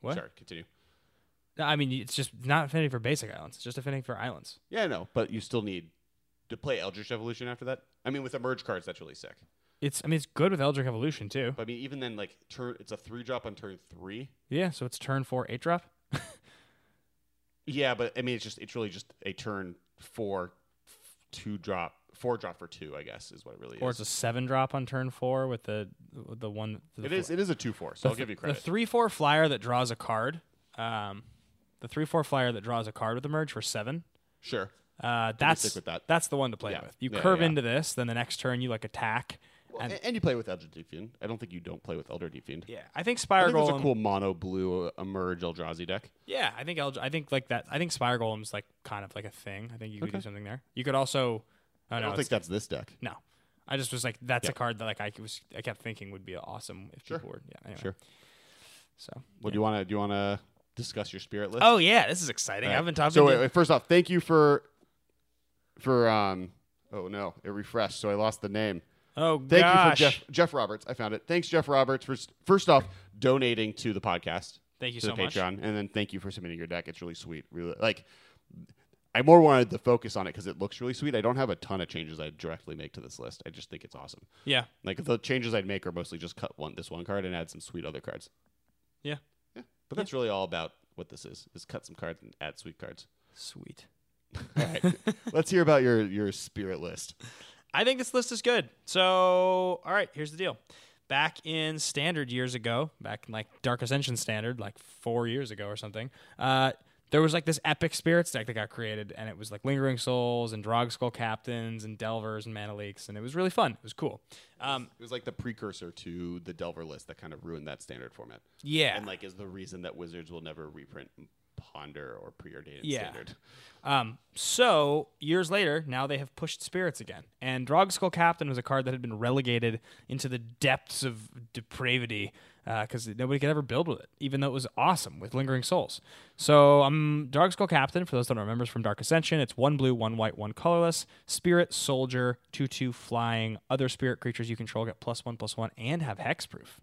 what?
Sorry, continue.
No, I mean, it's just not affinity for basic islands. It's just affinity for islands.
Yeah, I know, but you still need to play Eldritch Evolution after that. I mean, with emerge cards, that's really sick.
It's I mean, it's good with Eldritch Evolution too.
But I mean, even then, like turn, it's a three drop on turn three.
yeah, so it's turn four eight drop.
Yeah, but I mean, it's just it's really just a turn four, f- two drop, four drop for two. I guess is what it really
Or
is.
it's a seven drop on turn four with the the one. The
it is
fl-
it is a two four. So I'll
the th-
give you credit.
The three four flyer that draws a card, um, the three four flyer that draws a card with the merge for seven.
sure.
Uh, that's
stick with that.
that's the one to play
Yeah.
with. You
Yeah,
curve
yeah.
into this, then the next turn you like attack.
And,
and
and you play with Eldritch Defiant. I don't think you don't play with Elder Defiant.
yeah, I think Spire
I think
Golem.
that's a cool mono blue uh, emerge Eldrazi deck.
Yeah, I think Eldr- I think like that. I think Spire Golem's like kind of like a thing. I think you could do something there. You could also. I,
I
don't
don't
know,
think
it's-
that's this deck.
No, I just was like, that's
Yeah.
a card that like I was I kept thinking would be awesome if
Sure.
people were. Yeah, anyway.
Sure.
So.
Well, do you want to do you want to discuss your spirit list?
Oh yeah, this is exciting.
All
I've been
right.
talking.
So
to-
wait, wait, first off, thank you for for um. Oh no, it refreshed, so I lost the name.
Oh
Thank
gosh.
you for Jeff Jeff Roberts. I found it. Thanks, Jeff Roberts, for s- first off donating to the podcast.
Thank you
to
so
the
much.
Patreon, and then thank you for submitting your deck. It's really sweet. Really like. I more wanted to focus on it because it looks really sweet. I don't have a ton of changes I directly make to this list. I just think it's awesome.
Yeah,
Like the changes I'd make are mostly just cut one this one card and add some sweet other cards.
yeah.
Yeah, but that's really all about what this is: is cut some cards and add sweet cards.
Sweet.
All right, let's hear about your your spirit list.
I think this list is good. So, all right, here's the deal. Back in standard years ago, back in like Dark Ascension standard, like four years ago or something, uh, there was like this epic spirits deck that got created, and it was like Lingering Souls and Drog Skull Captains and Delvers and Mana Leaks, and it was really fun. It was cool. Um,
It was like the precursor to the Delver list that kind of ruined that standard format,
yeah.
and like is the reason that Wizards will never reprint Ponder or preordained
Yeah.
standard.
Um, so years later, now they have pushed spirits again, and Drog Skull Captain was a card that had been relegated into the depths of depravity because nobody could ever build with it, even though it was awesome with Lingering Souls. So um, Drog Skull Captain, for those that don't remember, is from Dark Ascension. It's one blue, one white, one colorless. Spirit Soldier, two two flying. Other spirit creatures you control get plus one plus one and have hexproof.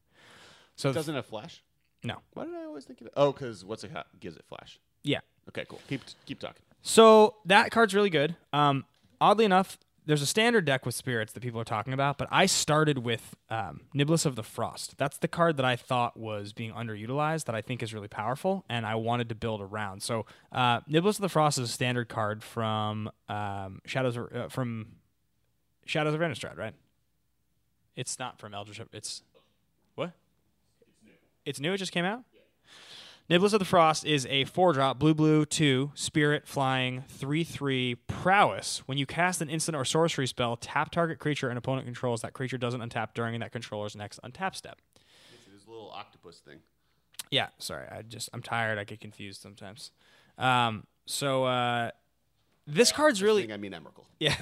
So
Doesn't it flash?
no,
Why did I always think it? Oh, because what's it ha- gives it flash?
yeah,
Okay, cool. Keep keep talking.
So that card's really good. Um, oddly enough, there's a standard deck with spirits that people are talking about, but I started with um, Niblis of the Frost. That's the card that I thought was being underutilized, that I think is really powerful, and I wanted to build around. So uh, Niblis of the Frost is a standard card from um, Shadows of, uh, from Shadows of Innistrad, right? It's not from Eldritch. It's what? It's new. It just came out. Nibbles of the Frost is a four drop, blue, blue, two, spirit, flying, three, three, prowess. When you cast an instant or sorcery spell, tap target creature an opponent controls. That creature doesn't untap during that controller's next untap step.
It's this little octopus thing.
Yeah, sorry. I just, I'm tired. I get confused sometimes. Um, so, uh, this card's really.
I mean, Emrakul.
Yeah.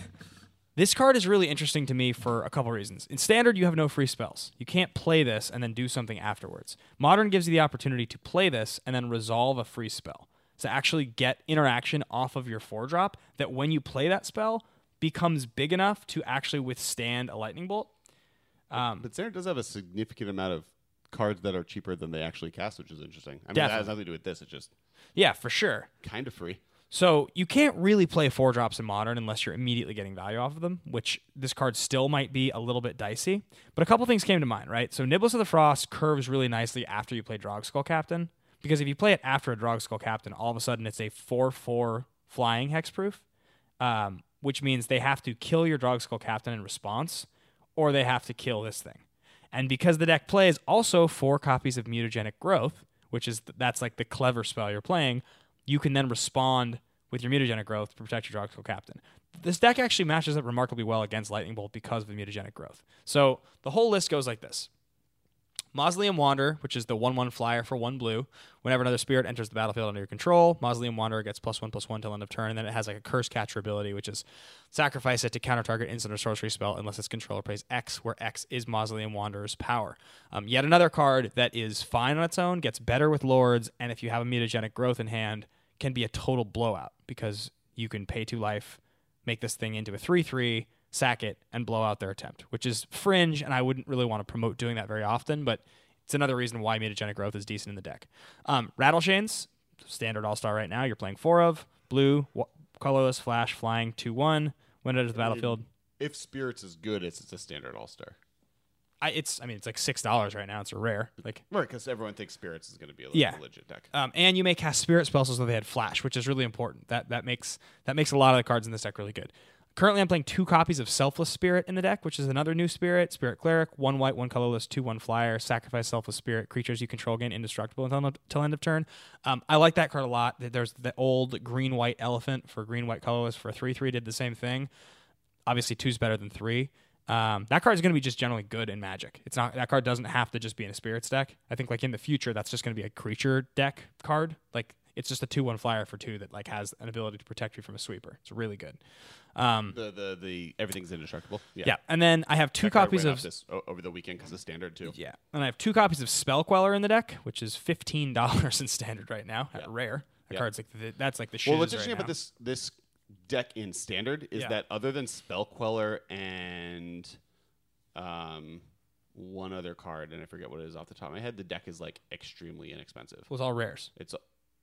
This card is really interesting to me for a couple reasons. In standard, you have no free spells. You can't play this and then do something afterwards. Modern gives you the opportunity to play this and then resolve a free spell. is to actually get interaction off of your four drop that when you play that spell becomes big enough to actually withstand a lightning bolt.
But Sarah does have a significant amount of cards that are cheaper than they actually cast, which is interesting. I mean, that has
Definitely.
nothing to do with this. It's just
Yeah, for sure.
kind of free.
So you can't really play four drops in modern unless you're immediately getting value off of them, which this card still might be a little bit dicey. But a couple things came to mind, right? So Nibbles of the Frost curves really nicely after you play Drog Skull Captain, because if you play it after a Drog Skull Captain, all of a sudden it's a 4 4 flying hexproof, um, which means they have to kill your Drog Skull Captain in response, or they have to kill this thing. And because the deck plays also four copies of mutagenic growth, which is that's like the clever spell you're playing, you can then respond with your mutagenic growth to protect your Droxical Captain. This deck actually matches up remarkably well against Lightning Bolt because of the mutagenic growth. So the whole list goes like this. Mausoleum Wander, which is the 1 1 flyer for 1 blue. Whenever another spirit enters the battlefield under your control, Mausoleum Wanderer gets plus 1 plus 1 till end of turn. And then it has like a Curse Catcher ability, which is sacrifice it to counter target instant or sorcery spell unless its controller plays X, where X is Mausoleum Wanderer's power. Um, yet another card that is fine on its own, gets better with Lords, and if you have a mutagenic growth in hand, can be a total blowout because you can pay two life, make this thing into a 3 3, sack it, and blow out their attempt, which is fringe, and I wouldn't really want to promote doing that very often, but it's another reason why mutagenic growth is decent in the deck. Um, Rattleshanes, standard all star right now, you're playing four of, blue, wa- colorless, flash, flying, 2 1, when it enters the battlefield.
If Spirits is good, it's, it's a standard all star.
I, it's, I mean, it's like $6 right now, it's a rare. Like,
Right, because everyone thinks Spirits is going to be a
Yeah.
legit deck.
Um, and you may cast spirit spells as though they had flash, which is really important. That that makes that makes a lot of the cards in this deck really good. Currently, I'm playing two copies of Selfless Spirit in the deck, which is another new spirit, Spirit Cleric, one white, one colorless, two one flyer, sacrifice Selfless Spirit, creatures you control gain indestructible until, until end of turn. Um, I like that card a lot. There's the old green white elephant for green white colorless for a three three did the same thing obviously two's better than three. Um, that card is going to be just generally good in Magic. It's not that card doesn't have to just be in a Spirits deck. I think like in the future that's just going to be a creature deck card. Like it's just a two-one flyer for two that like has an ability to protect you from a sweeper. It's really good. Um,
the, the, the Everything's indestructible. Yeah.
yeah, and then I have two
That card
copies
went
of
up this o- over the weekend because it's standard too.
yeah, and I have two copies of Spell Queller in the deck, which is fifteen dollars <laughs> in standard right now at rare. That
Yeah.
card's like the, that's like the shiz
Well, what's
right
interesting
now.
about this this deck in standard is
Yeah.
that other than Spell Queller and um, one other card, and I forget what it is off the top of my head, the deck is like extremely inexpensive.
was all rares.
It's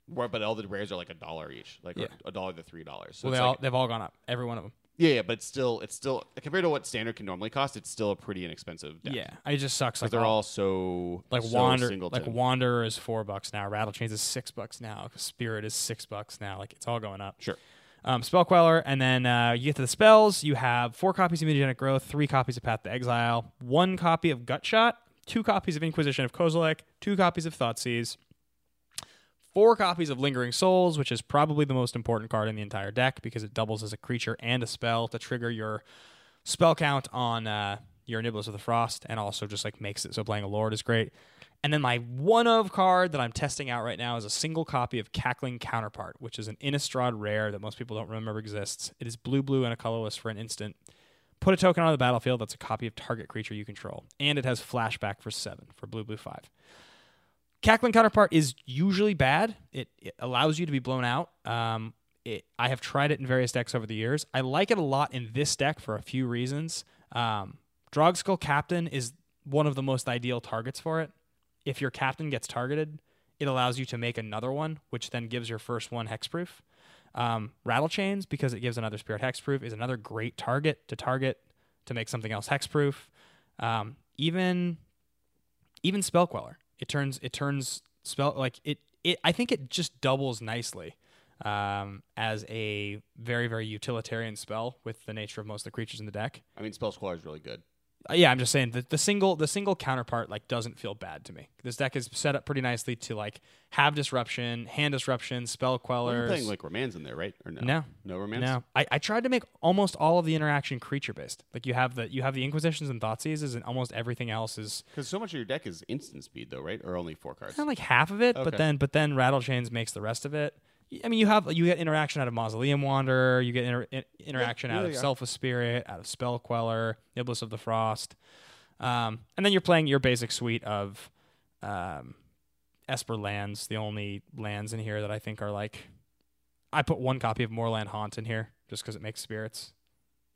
well, but all the rares are like a dollar each, like or
Yeah.
a dollar to three dollars. So
Well,
it's
they
like-
all, they've all gone up. Every one of them.
yeah, yeah, but it's still it's still compared to what standard can normally cost, it's still a pretty inexpensive deck.
Yeah, I just sucks. Like
But they're all so
Oh. like
so
wander like
singleton.
wanderer is four bucks now rattle chains is six bucks now spirit is six bucks now like it's all going up
Sure.
um, spell queller and then uh, you get to the spells you have four copies of mutagenic growth three copies of path to exile one copy of gut shot two copies of inquisition of kozilek two copies of thoughtseize four copies of Lingering Souls, which is probably the most important card in the entire deck because it doubles as a creature and a spell to trigger your spell count on uh, your Nibbles of the Frost, and also just like makes it so playing a Lord is great. And then my one of card that I'm testing out right now is a single copy of Cackling Counterpart, which is an Innistrad rare that most people don't remember exists. It is blue, blue, and a colorless for an instant. Put a token on the battlefield that's a copy of target creature you control, and it has flashback for seven for blue, blue, five. Cackling counterpart is usually bad. It, it allows you to be blown out. Um, it, I have tried it in various decks over the years. I like it a lot in this deck for a few reasons. Um, Drog Skull Captain is one of the most ideal targets for it. If your captain gets targeted, it allows you to make another one, which then gives your first one hexproof. Um, Rattle Chains, because it gives another spirit hexproof, is another great target to target to make something else hexproof. Um, even even spell queller it turns it turns spell like it, it i think it just doubles nicely um, as a very very utilitarian spell with the nature of most of the creatures in the deck
I mean, Spell Queller is really good.
Uh, yeah i'm just saying that the single the single counterpart like doesn't feel bad to me this deck is set up pretty nicely to like have disruption hand disruption spell
Well,
queller
you're playing like Romans in there, right? Or no?
no
no Romance.
no I, I tried to make almost all of the interaction creature based like you have the you have the inquisitions and thoughtseizes and almost everything else is
Because so much of your deck is instant speed, though, right? Or only four cards?
kind of like half of it, but
Okay.
then but then Rattle Chains makes the rest of it. Y- I mean, you have you get interaction out of Mausoleum Wanderer, you get inter- in- interaction out of Selfless Spirit, out of Spell Queller, Niblis of the Frost, um, and then you're playing your basic suite of um, Esper lands, the only lands in here that I think are like. I put one copy of Moorland Haunt in here just because it makes spirits.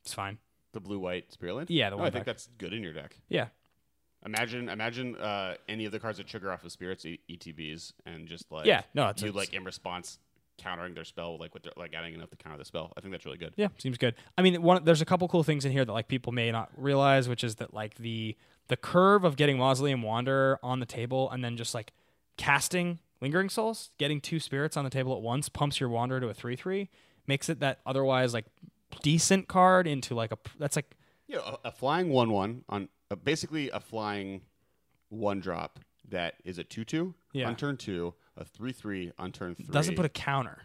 It's fine.
The blue white spirit land?
Yeah, the
Oh,
one
I think
back.
that's good in your deck.
Yeah.
Imagine, imagine uh, any of the cards that trigger off of spirits e- ETBs, and just like
Yeah, no, it's-
you
it's-
like in response countering their spell, like with their, like adding enough to counter the spell. I think that's really good.
Yeah, seems good. I mean, one, there's a couple cool things in here that like people may not realize, which is that like the the curve of getting Mausoleum Wanderer on the table and then just like casting Lingering Souls, getting two spirits on the table at once pumps your Wanderer to a three three, makes it that otherwise like decent card into like a p- that's like
Yeah, a, a flying one one on uh, basically a flying one drop that is a two two
Yeah.
on turn two, a three three on turn three.
doesn't put a counter.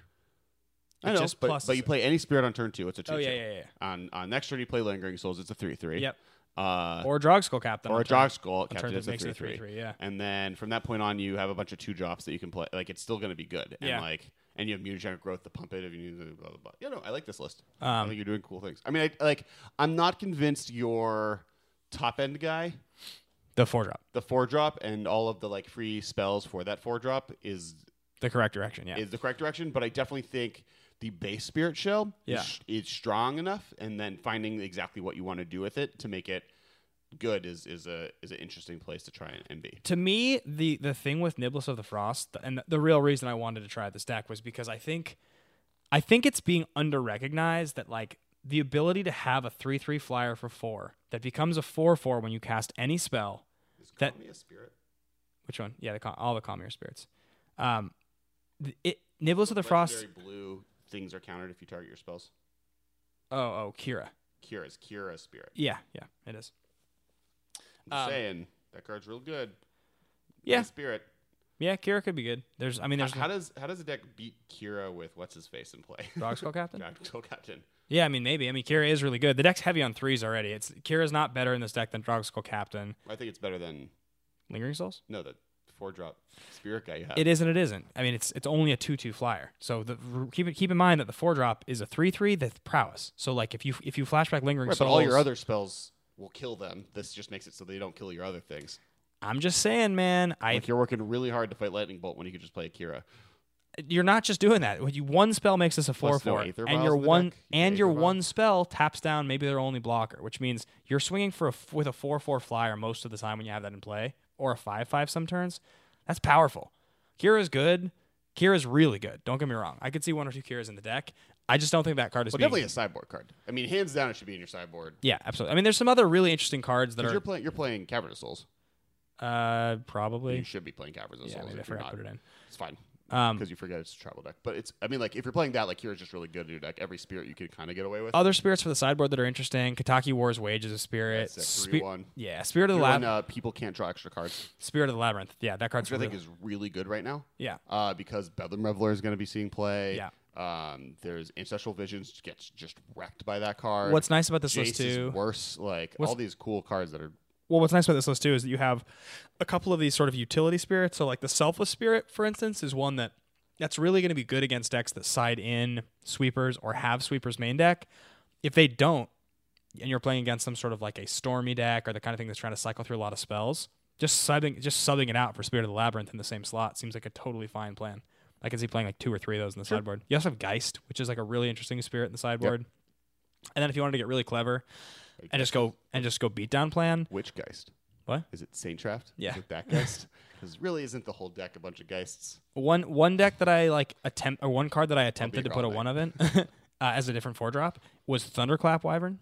I
it
know,
just
but,
pluses
but you
it.
play any spirit on turn two, it's a two.
Oh, yeah, yeah, yeah.
On on next turn you play Lingering Souls, it's a three three.
Yep.
Uh,
Or a Drog Skull Captain.
or
on
a
turn.
jog skull
turn
captain
that
is a
makes it
three
a
three.
3-3, yeah.
And then from that point on, you have a bunch of two drops that you can play. Like it's still going to be good. And
Yeah.
like and you have mutagenic growth to pump it if you need to. Blah blah blah. You know, I like this list.
Um,
I think you're doing cool things. I mean, I like. I'm not convinced your top end guy,
The four drop.
the four drop, and all of the like free spells for that four drop is
The correct direction, yeah.
is the correct direction. But I definitely think. The base spirit shell
Yeah.
is, is strong enough, and then finding exactly what you want to do with it to make it good is is a is an interesting place to try and, and be.
to me the the thing with Niblis of the Frost and the real reason I wanted to try this deck was because I think I think it's being under recognized that like the ability to have a 3/3 flyer for 4 that becomes a 4/4 when you cast any spell that
a spirit.
which one? Yeah, the con- all the Calmier spirits. Um th- it Niblis of the Frost
Legendary blue things are countered if you target your spells.
Oh, oh, Kira.
Kira's Kira spirit.
Yeah, yeah, it is.
I'm just
Um,
saying that card's real good.
Yeah.
Blue spirit.
Yeah, Kira could be good. There's I mean
How,
there's
how does how does a deck beat Kira with what's his face in
<laughs>
play?
Dog Skull Captain?
Dracul Captain.
Yeah, I mean maybe. I mean Kira is really good. The deck's heavy on threes already. It's Kira's not better in this deck than Drog Skull Captain.
I think it's better than
Lingering Souls?
no the four drop spirit guy you have.
It is and it isn't. I mean, it's it's only a two two flyer. So the, r- keep it, keep in mind that the four drop is a three three that's prowess. So like if you if you flashback lingering
Right, but
souls,
all your other spells will kill them. This just makes it so they don't kill your other things.
I'm just saying, man, I
Like you're working really hard to fight Lightning Bolt when you could just play Kira.
you're not just doing that. When you one spell makes this a four
Plus no
four,
Aether
and
Vials
your
in the
one
deck. You get
and
Aether
your
Vials.
one spell taps down maybe their only blocker, which means you're swinging for a f- with a four four flyer most of the time when you have that in play, or a five five some turns. That's powerful. Kira's good. Kira's really good. Don't get me wrong. I could see one or two Kiras in the deck. I just don't think that card is
Well,
being
definitely a sideboard card. I mean, hands down, it should be in your sideboard.
Yeah, absolutely. I mean, there's some other really interesting cards that
Because you're
are
playing, you're playing Cavern of Souls.
uh,
You
probably.
should be playing Caverns of
Yeah,
Souls.
maybe I
if you're
forgot
not.
to put it in.
It's fine
Um,
because you forget it's a travel deck. But it's, I mean, like if you're playing that, like Kira's just really good in your deck. Every spirit you can kind of get away with.
Other spirits for the sideboard that are interesting. Kataki War's Wage is a spirit.
That's a
Spe-
3-1.
yeah, Spirit of the
You're on,
Labyrinth.
uh, people can't draw extra cards,
Spirit of the Labyrinth. Yeah, that card's
which I think
really-
is really good right now.
Yeah.
Uh, because Bedlam Reveler is going to be seeing play.
Yeah.
Um, there's Ancestral Visions gets just wrecked by that card.
What's nice about this
Jace
list
is
too?
worse. Like
What's-
all these cool cards that are.
well, what's nice about this list too is that you have a couple of these sort of utility spirits. So, like the Selfless Spirit, for instance, is one that that's really going to be good against decks that side in sweepers or have sweepers main deck. If they don't, and you're playing against some sort of like a stormy deck or the kind of thing that's trying to cycle through a lot of spells, just subbing just subbing it out for Spirit of the Labyrinth in the same slot seems like a totally fine plan. I can see playing like two or three of those in the sideboard. You also have Geist, which is like a really interesting spirit in the sideboard. And then if you wanted to get really clever and just go and just go beatdown plan,
Witch Geist.
What?
Is it Saint Traft?
Yeah.
Is it that Geist? <laughs> Because really isn't the whole deck a bunch of Geists.
one one deck that I like attempt or one card that I attempted to put a
callback.
one of in <laughs> uh, as a different four drop was Thunderclap Wyvern.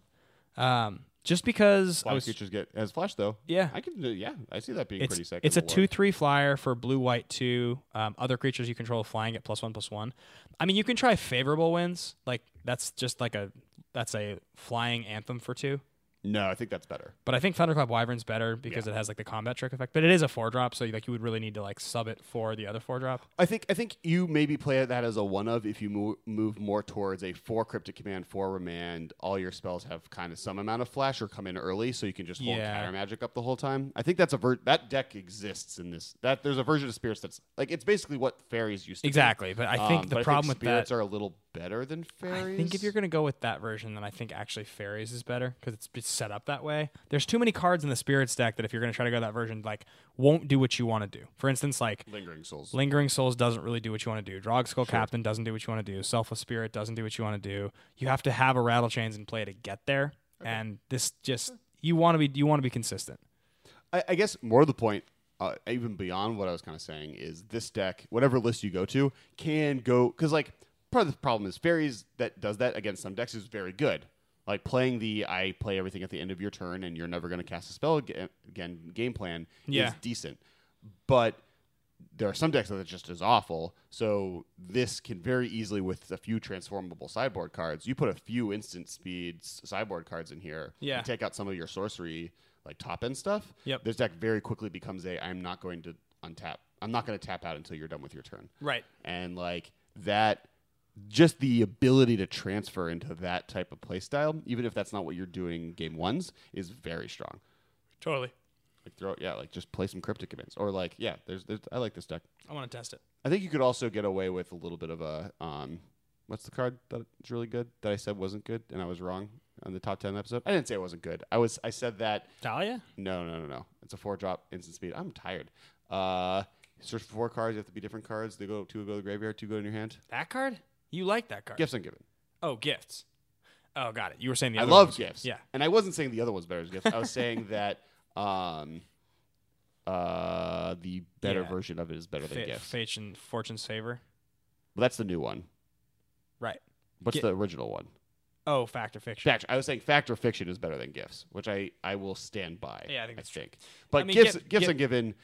Um, just because I
Flash
was
creatures get as flash though.
Yeah.
I can. do- Yeah, I see that being
it's,
pretty sick.
it's a
in the
two
lore.
three flyer for blue white two. Um, other creatures you control flying at plus one plus one. I mean you can try favorable wins like that's just like a that's a flying anthem for two.
No, I think that's better.
But I think Thunderclap Wyvern's better because it has like the combat trick effect. But it is a four drop, so like you would really need to like sub it for the other four drop.
I think I think you maybe play that as a one of if you move, move more towards a four cryptic command, four remand. All your spells have kind of some amount of flash or come in early, so you can just hold
Yeah.
counter magic up the whole time. I think that's a ver- that deck exists in this. That there's a version of spirits that's like it's basically what fairies used to be.
Exactly, but I think
Um,
the
but
problem with
spirits
that
are a little better than fairies?
I think if you're going to go with that version, then I think actually fairies is better because it's, it's set up that way. There's too many cards in the spirits deck that if you're going to try to go that version, like won't do what you want to do. For instance, like
lingering souls.
Lingering Souls doesn't really do what you want to do. Drog Skull Captain doesn't do what you want to do. Selfless Spirit doesn't do what you want to do. You have to have a Rattle Chains and play to get there. And this just you want to be you want to be consistent.
I, I guess more of the point, uh, even beyond what I was kind of saying, is this deck, whatever list you go to, can go because like part of the problem is fairies that does that against some decks is very good. Like playing the I play everything at the end of your turn and you're never going to cast a spell aga- again game plan
Yeah.
is decent, but there are some decks that are just as awful. So this can very easily, with a few transformable sideboard cards, you put a few instant speed s- sideboard cards in here. you
Yeah.
take out some of your sorcery, like top end stuff.
Yep.
This deck very quickly becomes a I'm not going to untap. I'm not going to tap out until you're done with your turn.
Right.
And like that, just the ability to transfer into that type of playstyle, even if that's not what you're doing game ones, is very strong.
Totally.
Like throw, yeah, like just play some cryptic events, or like yeah, there's, there's I like this deck.
I want to test it.
I think you could also get away with a little bit of a um, what's the card that's really good that I said wasn't good and I was wrong on the top ten episode. I didn't say it wasn't good. I was I said that
Talia?
no no no no. It's a four drop instant speed. I'm tired. Uh, search for four cards. You have to be different cards. They go two will go to the graveyard. Two go in your hand.
That card? You like that card?
Gifts ungiven.
Oh, gifts. Oh, got it. You were saying the
I
other
love
ones.
gifts.
Yeah.
and I wasn't saying the other one's better as gifts. I
<laughs>
was saying that um, uh, the better
Yeah.
version of it is better than
Fa-
gifts.
Fate and Fortune's favor.
Well, that's the new one.
Right.
What's
Gi-
the original one?
Oh, fact or fiction.
Fact. I was saying fact or fiction is better than gifts, which I, I will stand by.
Yeah, I think that's true.
But
I mean,
gifts
gift-
gifts
gift-
are given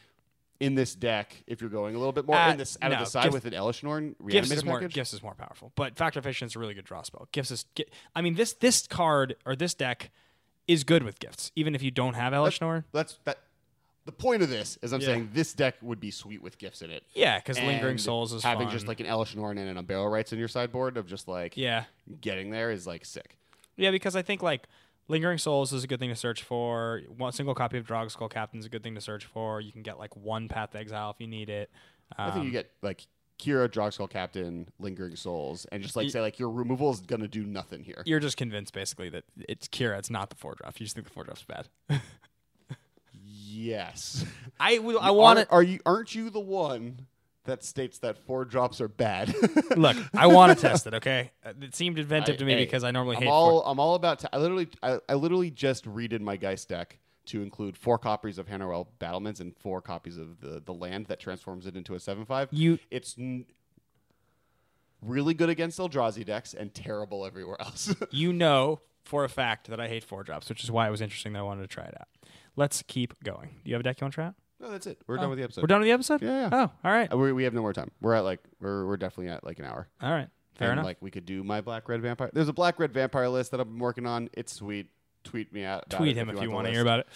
in this deck if you're going a little bit more
Uh,
in this out
no,
of the side
gift-
with an Elishnorn
Gifts
reanimator
is
package.
more gifts is more powerful, but Factor Fiction is a really good draw spell. Gifts is, gi- I mean, this this card or this deck is good with gifts, even if you don't have Elishnorn.
That's that. The point of this is I'm
Yeah.
saying this deck would be sweet with gifts in it.
Yeah, because Lingering
And
Souls is
having
fun.
just like an Elishnorn and a barrel rights in your sideboard of just like
yeah,
getting there is like sick.
yeah, because I think like Lingering Souls is a good thing to search for. One single copy of Drog Skull Captain is a good thing to search for. You can get like one Path to Exile if you need it. Um,
I think you get like Kira, Drogskull Captain, Lingering Souls, and just like say like your removal is gonna do nothing here.
you're just convinced basically that it's Kira. It's not the four drop. You just think the four drop's bad.
Yes.
I will. <laughs> I
You
want
aren't-
to
Are you? Aren't you the one that states that four drops are bad? <laughs>
look. I want to test it. Okay, Uh, it seemed inventive
I-
to me
hey,
because I normally
I'm
hate.
all. I'm all about. T- I literally. I, I literally just redid my Geist deck to include four copies of Hanoel Battlements and four copies of the the land that transforms it into a seven five.
You-
It's. N- Really good against Eldrazi decks and terrible everywhere <laughs> else.
you know for a fact that I hate four drops, which is why it was interesting that I wanted to try it out. Let's keep going. Do you have a deck you want to try out?
no, that's it. We're done with the
Oh.
episode.
We're done with the episode?
Yeah, yeah.
Oh, all right.
Uh, We, we have no more time. We're at like we're we're definitely at like an hour.
All right. Fair
and,
enough.
Like we could do my black red vampire. There's a black red vampire list that I'm working on. It's sweet. Tweet me out. about
Tweet
it
him if you want
the
to hear
list.
about it.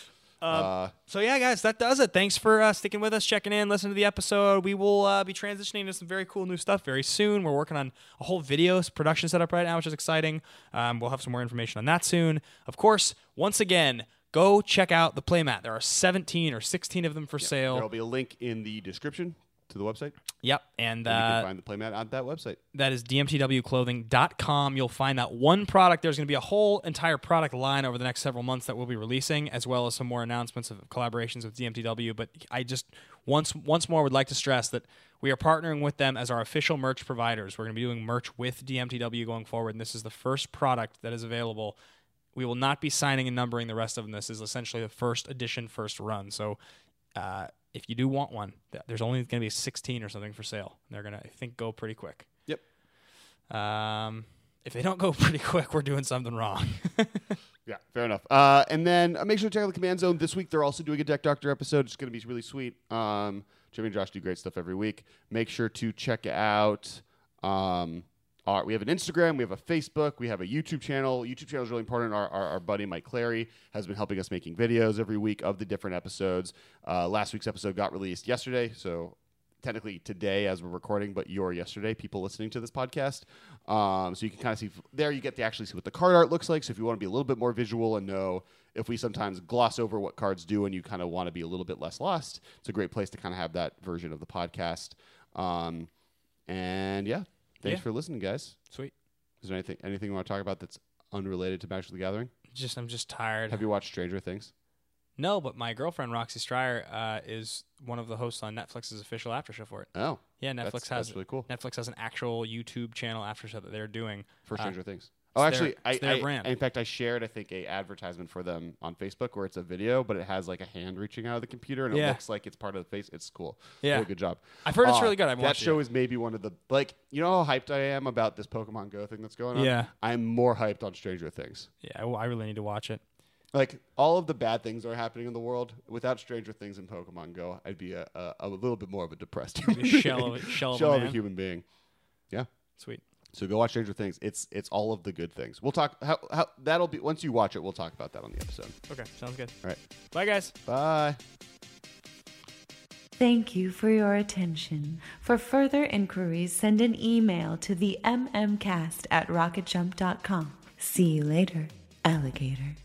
Uh,
So yeah, guys, that does it. Thanks for uh, sticking with us, checking in, listening to the episode. We will uh, be transitioning to some very cool new stuff very soon. We're working on a whole video production setup right now, which is exciting. Um, we'll have some more information on that soon. Of course, once again, go check out the playmat. There are 17 or 16 of them for
there'll
sale.
be a link in the description to the website.
Yep, and
you
uh,
can find the playmat on that website.
That is dmtwclothing.com. You'll find that one product. There's going to be a whole entire product line over the next several months that we'll be releasing, as well as some more announcements of collaborations with DMTW. But I just once once more would like to stress that we are partnering with them as our official merch providers. We're going to be doing merch with DMTW going forward, and this is the first product that is available we will not be signing and numbering the rest of them. This is essentially the first edition, first run. So uh, if you do want one, th- there's only going to be 16 or something for sale. They're going to, I think, go pretty quick.
Yep.
Um, if they don't go <laughs> pretty quick, we're doing something wrong. <laughs>
Yeah, fair enough. Uh, and then uh, make sure to check out the Command Zone this week. They're also doing a Deck Doctor episode. It's going to be really sweet. Um, Jimmy and Josh do great stuff every week. Make sure to check out. Um, our, we have an Instagram, we have a Facebook, we have a YouTube channel. YouTube channel is really important. Our, our, our buddy Mike Clary has been helping us making videos every week of the different episodes. Uh, last week's episode got released yesterday, so technically today as we're recording, but your yesterday, people listening to this podcast. Um, so you can kind of see there, you get to actually see what the card art looks like. So if you want to be a little bit more visual and know if we sometimes gloss over what cards do and you kind of want to be a little bit less lost, it's a great place to kind of have that version of the podcast. Um, and yeah, thanks
Yeah.
for listening, guys.
Sweet.
Is there anything anything you want to talk about that's unrelated to Magic the Gathering?
Just I'm just tired.
Have you watched Stranger Things?
no, but my girlfriend Roxy Stryer uh, is one of the hosts on Netflix's official after show for it.
Oh,
Yeah, Netflix
that's-
has
that's really cool.
Netflix has an actual YouTube channel after show that they're doing
for
uh,
Stranger Things. Oh,
it's their-
actually, I,
it's their
I-
brand.
in fact, I shared I think a advertisement for them on Facebook where it's a video, but it has like a hand reaching out of the computer, and
Yeah.
it looks like it's part of the face. It's cool.
Yeah.
Really good job. Uh,
I've heard it's really good. I haven't
that
watched it
show
yet.
is maybe one of the like you know how hyped I am about this Pokemon Go thing that's going on.
Yeah.
I'm more hyped on Stranger Things.
Yeah, I, I really need to watch it.
Like all of the bad things that are happening in the world. Without Stranger Things and Pokemon Go, I'd be a, a, a little bit more of a depressed <laughs> human
shell of
being.
a- shell of a man.
human being. Yeah.
Sweet.
So go watch Stranger Things. It's it's all of the good things. We'll talk how, how that'll be once you watch it. We'll talk about that on the episode.
Okay, sounds good.
All right.
Bye, guys.
Bye.
Thank you for your attention. For further inquiries, send an email to the mmcast at rocketjump.com. See you later, alligator.